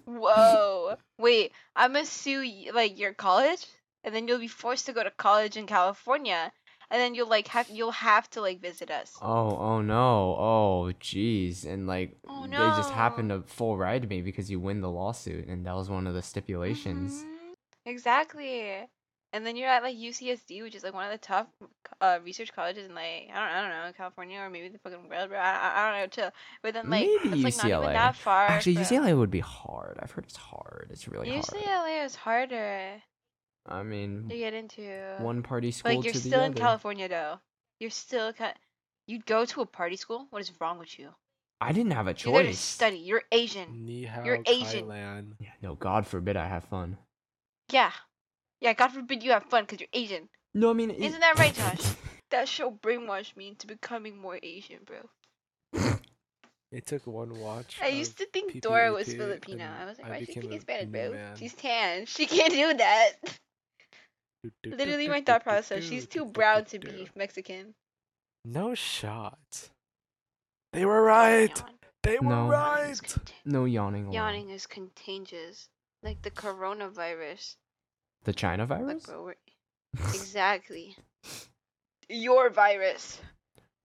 C: whoa, wait, I'm gonna sue y- like your college, and then you'll be forced to go to college in California, and then you'll like have you'll have to like visit us.
A: oh, oh no. Oh jeez. And like
C: Oh,
A: they just happened
C: no.
A: to full ride me because you win the lawsuit and that was one of the stipulations.
C: Mhm. Exactly. And then you're at like UCSD, which is like one of the top uh, research colleges in like I don't I don't know California or maybe the fucking world, bro. I, I, I don't know, chill. But then like
A: Maybe
C: it's like not
A: UCLA.
C: even that far.
A: Actually,
C: bro. uh,
A: UCLA would be hard. I've heard it's hard. It's really hard.
C: UCLA is harder
A: I mean,
C: to get into.
A: one party school
C: like you're
A: to
C: still
A: the
C: in
A: other.
C: California though. You're still ca- you'd go to a party school. What is wrong with you?
A: I didn't have a
C: You're there to
A: choice.
C: study. You're Asian.
B: Ni hao,
C: You're Asian.
B: Thailand.
A: Yeah, no, God forbid I have fun.
C: Yeah, yeah. God forbid you have fun because you're Asian.
A: No, I mean,
C: Isn't that right, Josh? That show brainwashed me into becoming more Asian, bro.
B: It took one watch.
C: I
B: of-
C: used to think
B: PP
C: Dora was
B: and
C: Filipino. I was like,
B: I
C: why is she
B: became
C: thinking
B: a
C: Spanish,
B: new
C: bro?
B: man.
C: She's tan. She can't do that.
B: Do, do, do,
C: Literally,
B: do,
C: my
B: do,
C: thought
B: do,
C: process.
B: do,
C: She's
B: do,
C: too
B: do,
C: brown
B: do,
C: to
B: do.
C: be Mexican.
B: No shot. They were right.
C: Yawn.
B: They were
A: No.
C: Yawning is
B: right.
C: conta-
A: no yawning. allowed.
C: Yawning is contagious, like the coronavirus.
A: The China
C: Like,
A: virus?
C: bro, we're- exactly. Your virus.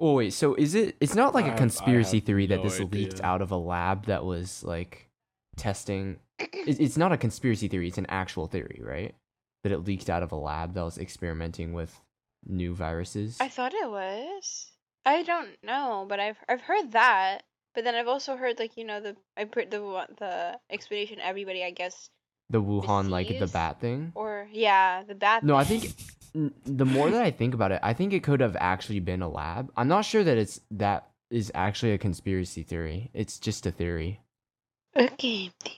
A: Oh wait, so is it? It's not like
B: I
A: a
B: have- I
A: conspiracy
B: have
A: theory that
B: no
A: this leaked
B: idea.
A: out of a lab that was like testing. it- It's not a conspiracy theory. It's an actual theory, right? That it leaked out of a lab that was experimenting with new viruses.
C: I thought it was. I don't know, but I've I've heard that. But then I've also heard like you know the I put the one- the explanation everybody I guess
A: the Wuhan, like the
C: disease?
A: bat thing.
C: or yeah the bad.
A: No, I
C: thing.
A: think n- the more that I think about it, I think it could have actually been a lab. I'm not sure that it's that is actually a conspiracy theory. It's just a theory.
C: A game theory.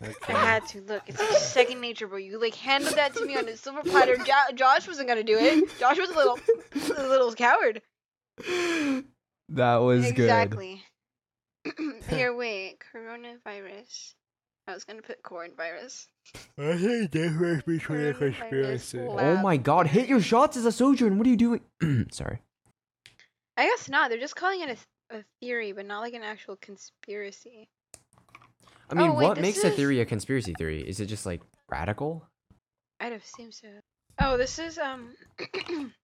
C: I
B: Okay.
C: had to look. It's like second nature, bro. You like handed that to me on a silver platter. Jo- Josh wasn't gonna do it. Josh was a little, a little coward.
A: that was
C: exactly. Here, wait. Coronavirus. I was gonna put corn virus.
B: I think the difference between a
C: Coronavirus
B: conspiracy.
A: good.
C: will-
A: Oh my god, hit your shots as a sojourn. What are you doing? Sorry.
C: I guess not. They're just calling it a, th- a theory, but not like an actual conspiracy.
A: I mean,
C: Oh, wait,
A: what
C: this
A: makes a
C: is-
A: theory a conspiracy theory? Is it just like radical?
C: I'd assume so. Oh, this is um,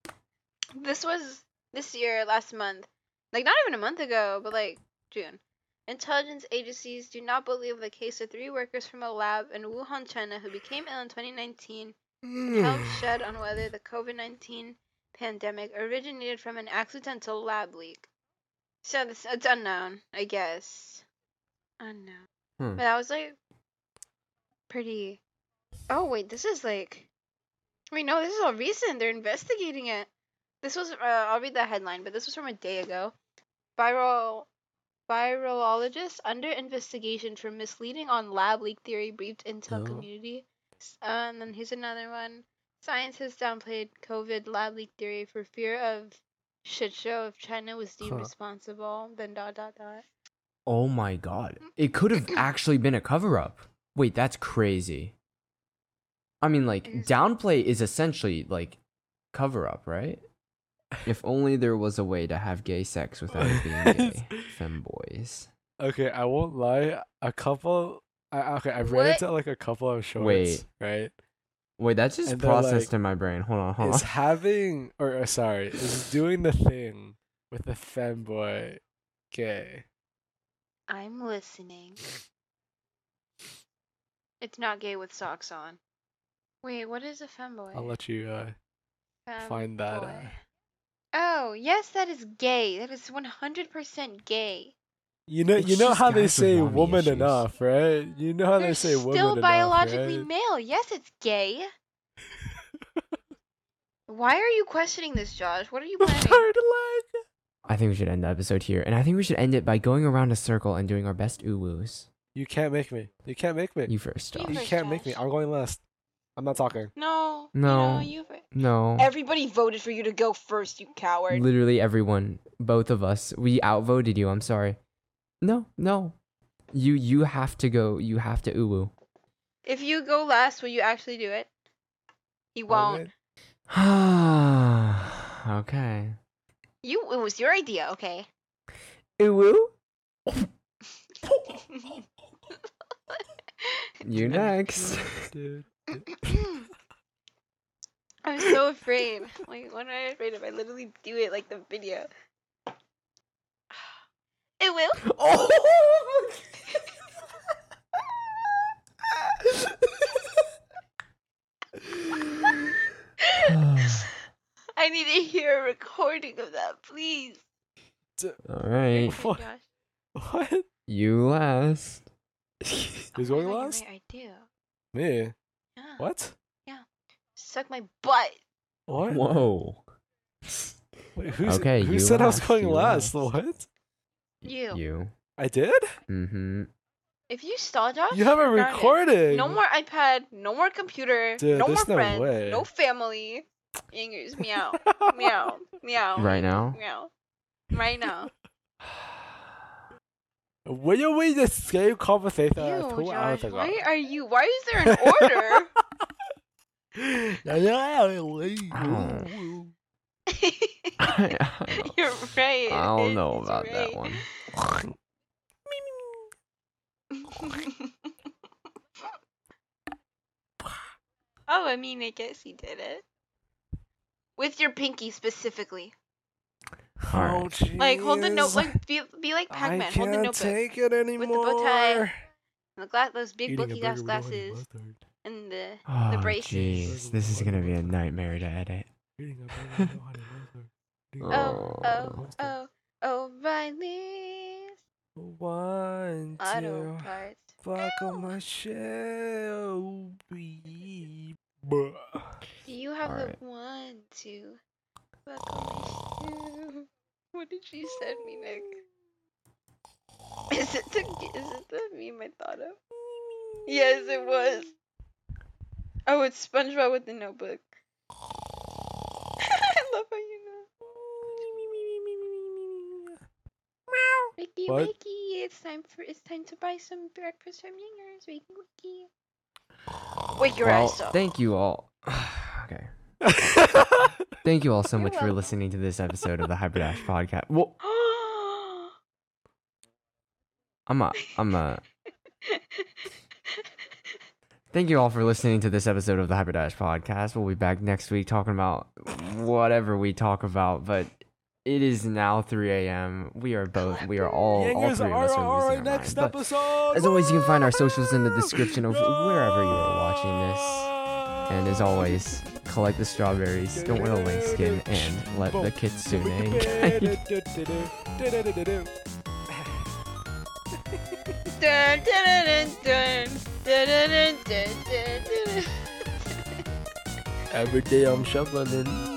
C: this was this year, last month, like not even a month ago, but like June. Intelligence agencies do not believe the case of three workers from a lab in Wuhan, China, who became ill in 2019,
B: Mm.
C: helped
A: Hmm.
C: shed on whether the COVID-19 pandemic originated from an accidental lab leak. So this it's unknown, I guess. Unknown.
A: Hmm.
C: But that was like pretty. Oh wait, this is like. Wait, no, this is all recent. They're investigating it. This was. Uh, I'll read the headline, but this was from a day ago. Viral, virologist under investigation for misleading on lab leak theory briefed intel
A: Oh.
C: community. S- Uh, and then here's another one. Science has downplayed COVID lab leak theory for fear of shit show if China was deemed
A: Huh.
C: responsible. Then dot dot dot.
A: Oh my
C: Mm-hmm.
A: god. It could have actually been a cover up. Wait, that's crazy. I mean, like,
C: It is-
A: downplay is essentially like cover up, right? If only there was a way to have gay sex without it being gay. Femboys.
B: Okay, I won't lie. A couple. I, okay, I've read
C: What?
B: into like a couple of shorts.
A: Wait.
B: Right.
A: Wait, that's just
B: And they're
A: processed
B: like,
A: in my brain. Hold on, hold on.
B: Is having or uh, sorry is doing the thing with the femboy gay?
C: I'm listening. It's not gay with socks on. Wait, what is a femboy?
B: I'll let you uh, find that. Uh,
C: Femboy. Oh, yes, that is gay. That is 100% gay.
B: you know,
A: It's
B: you know
A: just
B: how
A: guys
B: they
A: with
B: say
A: mommy
B: woman
A: issues.
B: enough, right? You know how
C: They're
B: they say woman
C: still
B: enough,
C: biologically
B: right?
C: male. Yes, it's gay. Why are you questioning this, Josh? What are you
B: The
C: planning?
B: third leg.
A: I think we should end the episode here, and I think we should end it by going around a circle and doing our best uwoos.
B: You can't make me. You can't make me.
A: You first,
C: You
A: Josh.
B: You
C: first,
B: can't make me.
C: Josh.
B: I'm going last. I'm not talking.
C: no.
A: No.
C: You know, you...
A: No.
C: Everybody voted for you to go first, you coward.
A: Literally everyone, both of us, we outvoted you. I'm sorry. No, no. You you have to go. You have to uwu.
C: If you go last, will you actually do it? He won't.
A: okay.
C: You it was your idea, okay?
A: Uwu. You next.
C: I'm so afraid. Like, what am I afraid of? I literally do it like the video. It will.
A: oh.
C: I need to hear a recording of that, please.
A: All right.
C: Oh
B: What?
C: my gosh.
B: What?
A: You last.
B: Who's
C: Oh my
B: going
C: God, you're
B: last?
C: right, I do.
B: Me.
C: Yeah.
B: What?
C: Suck my butt.
B: What?
A: Whoa.
B: Wait, who's,
A: Okay,
B: who
A: you
B: said I was
A: last,
B: going
A: you
B: last?
A: last.
B: What?
C: You.
A: You.
B: I did?
A: Mm-hmm.
C: If Oh, you stall Josh,
B: You have a
C: darn it.
B: recording.
C: No more iPad. No more computer.
B: Dude,
C: no more
B: there's no
C: friends.
B: way.
C: No family. Angers. Meow. meow. Meow.
A: Right now.
C: Meow. Right now.
B: Will we just stay conversation
C: Ew,
B: two
C: Josh,
B: hours ago?
C: why are you? Why is there an order?
A: Oh. I
C: You're right.
A: don't know
C: He's
A: about that
C: right.
A: one.
C: oh, I mean, I guess he did it with your pinky specifically.
A: Alright.
C: Like, hold the note.
B: Oh, jeez.
C: Like, be, be like
B: I
C: Pac-Man. Hold
B: can't
C: the notebook.
B: take it anymore.
C: the bow tie, The gla- those big
B: Eating a
C: bulky
B: burger
C: glass
B: with no honey
C: glasses
B: mustard.
C: and the
A: Oh,
C: braces.
A: jeez. This is gonna be a nightmare to edit.
B: Eating a burger with no honey mustard. Eating a burger
C: oh
A: Oh.
C: oh
B: Mustard.
C: oh O'Reilly's
B: One,
C: auto
B: two,
C: parts.
B: buckle my shoe.
C: Do you have
A: Alright.
C: the one two? buckle my shoe? What did she send me, Nick? Is it the is it the meme I thought of? Yes, it was. Oh, it's SpongeBob with the Notebook. I love how you know. Wiki
B: What?
C: wiki, it's time for it's time to buy some breakfast from Yingers. Wiki wiki. Wake your
A: Well,
C: ass up.
A: thank you all. okay. Thank you all so
C: You're
A: much for
C: welcome.
A: listening to this episode of the Hyperdash podcast. Well, I'm a, I'm a. Thank you all for listening to this episode of the Hyperdash podcast. We'll be back next week talking about whatever we talk about, but it is now 3 a.m. We are both, we are all, all
B: Yangers
A: three of
B: are
A: us are
B: our
A: losing our
B: next
A: mind. But
B: episode.
A: as always, you can find our socials in the description of wherever you are watching this.
B: this.
A: And as always, collect the strawberries, don't wear the link skin, and let the eh? kitsune guide.
C: Dun, dun, dun, dun, dun, dun, dun, dun, dun, dun.
B: Every day I'm shoveling.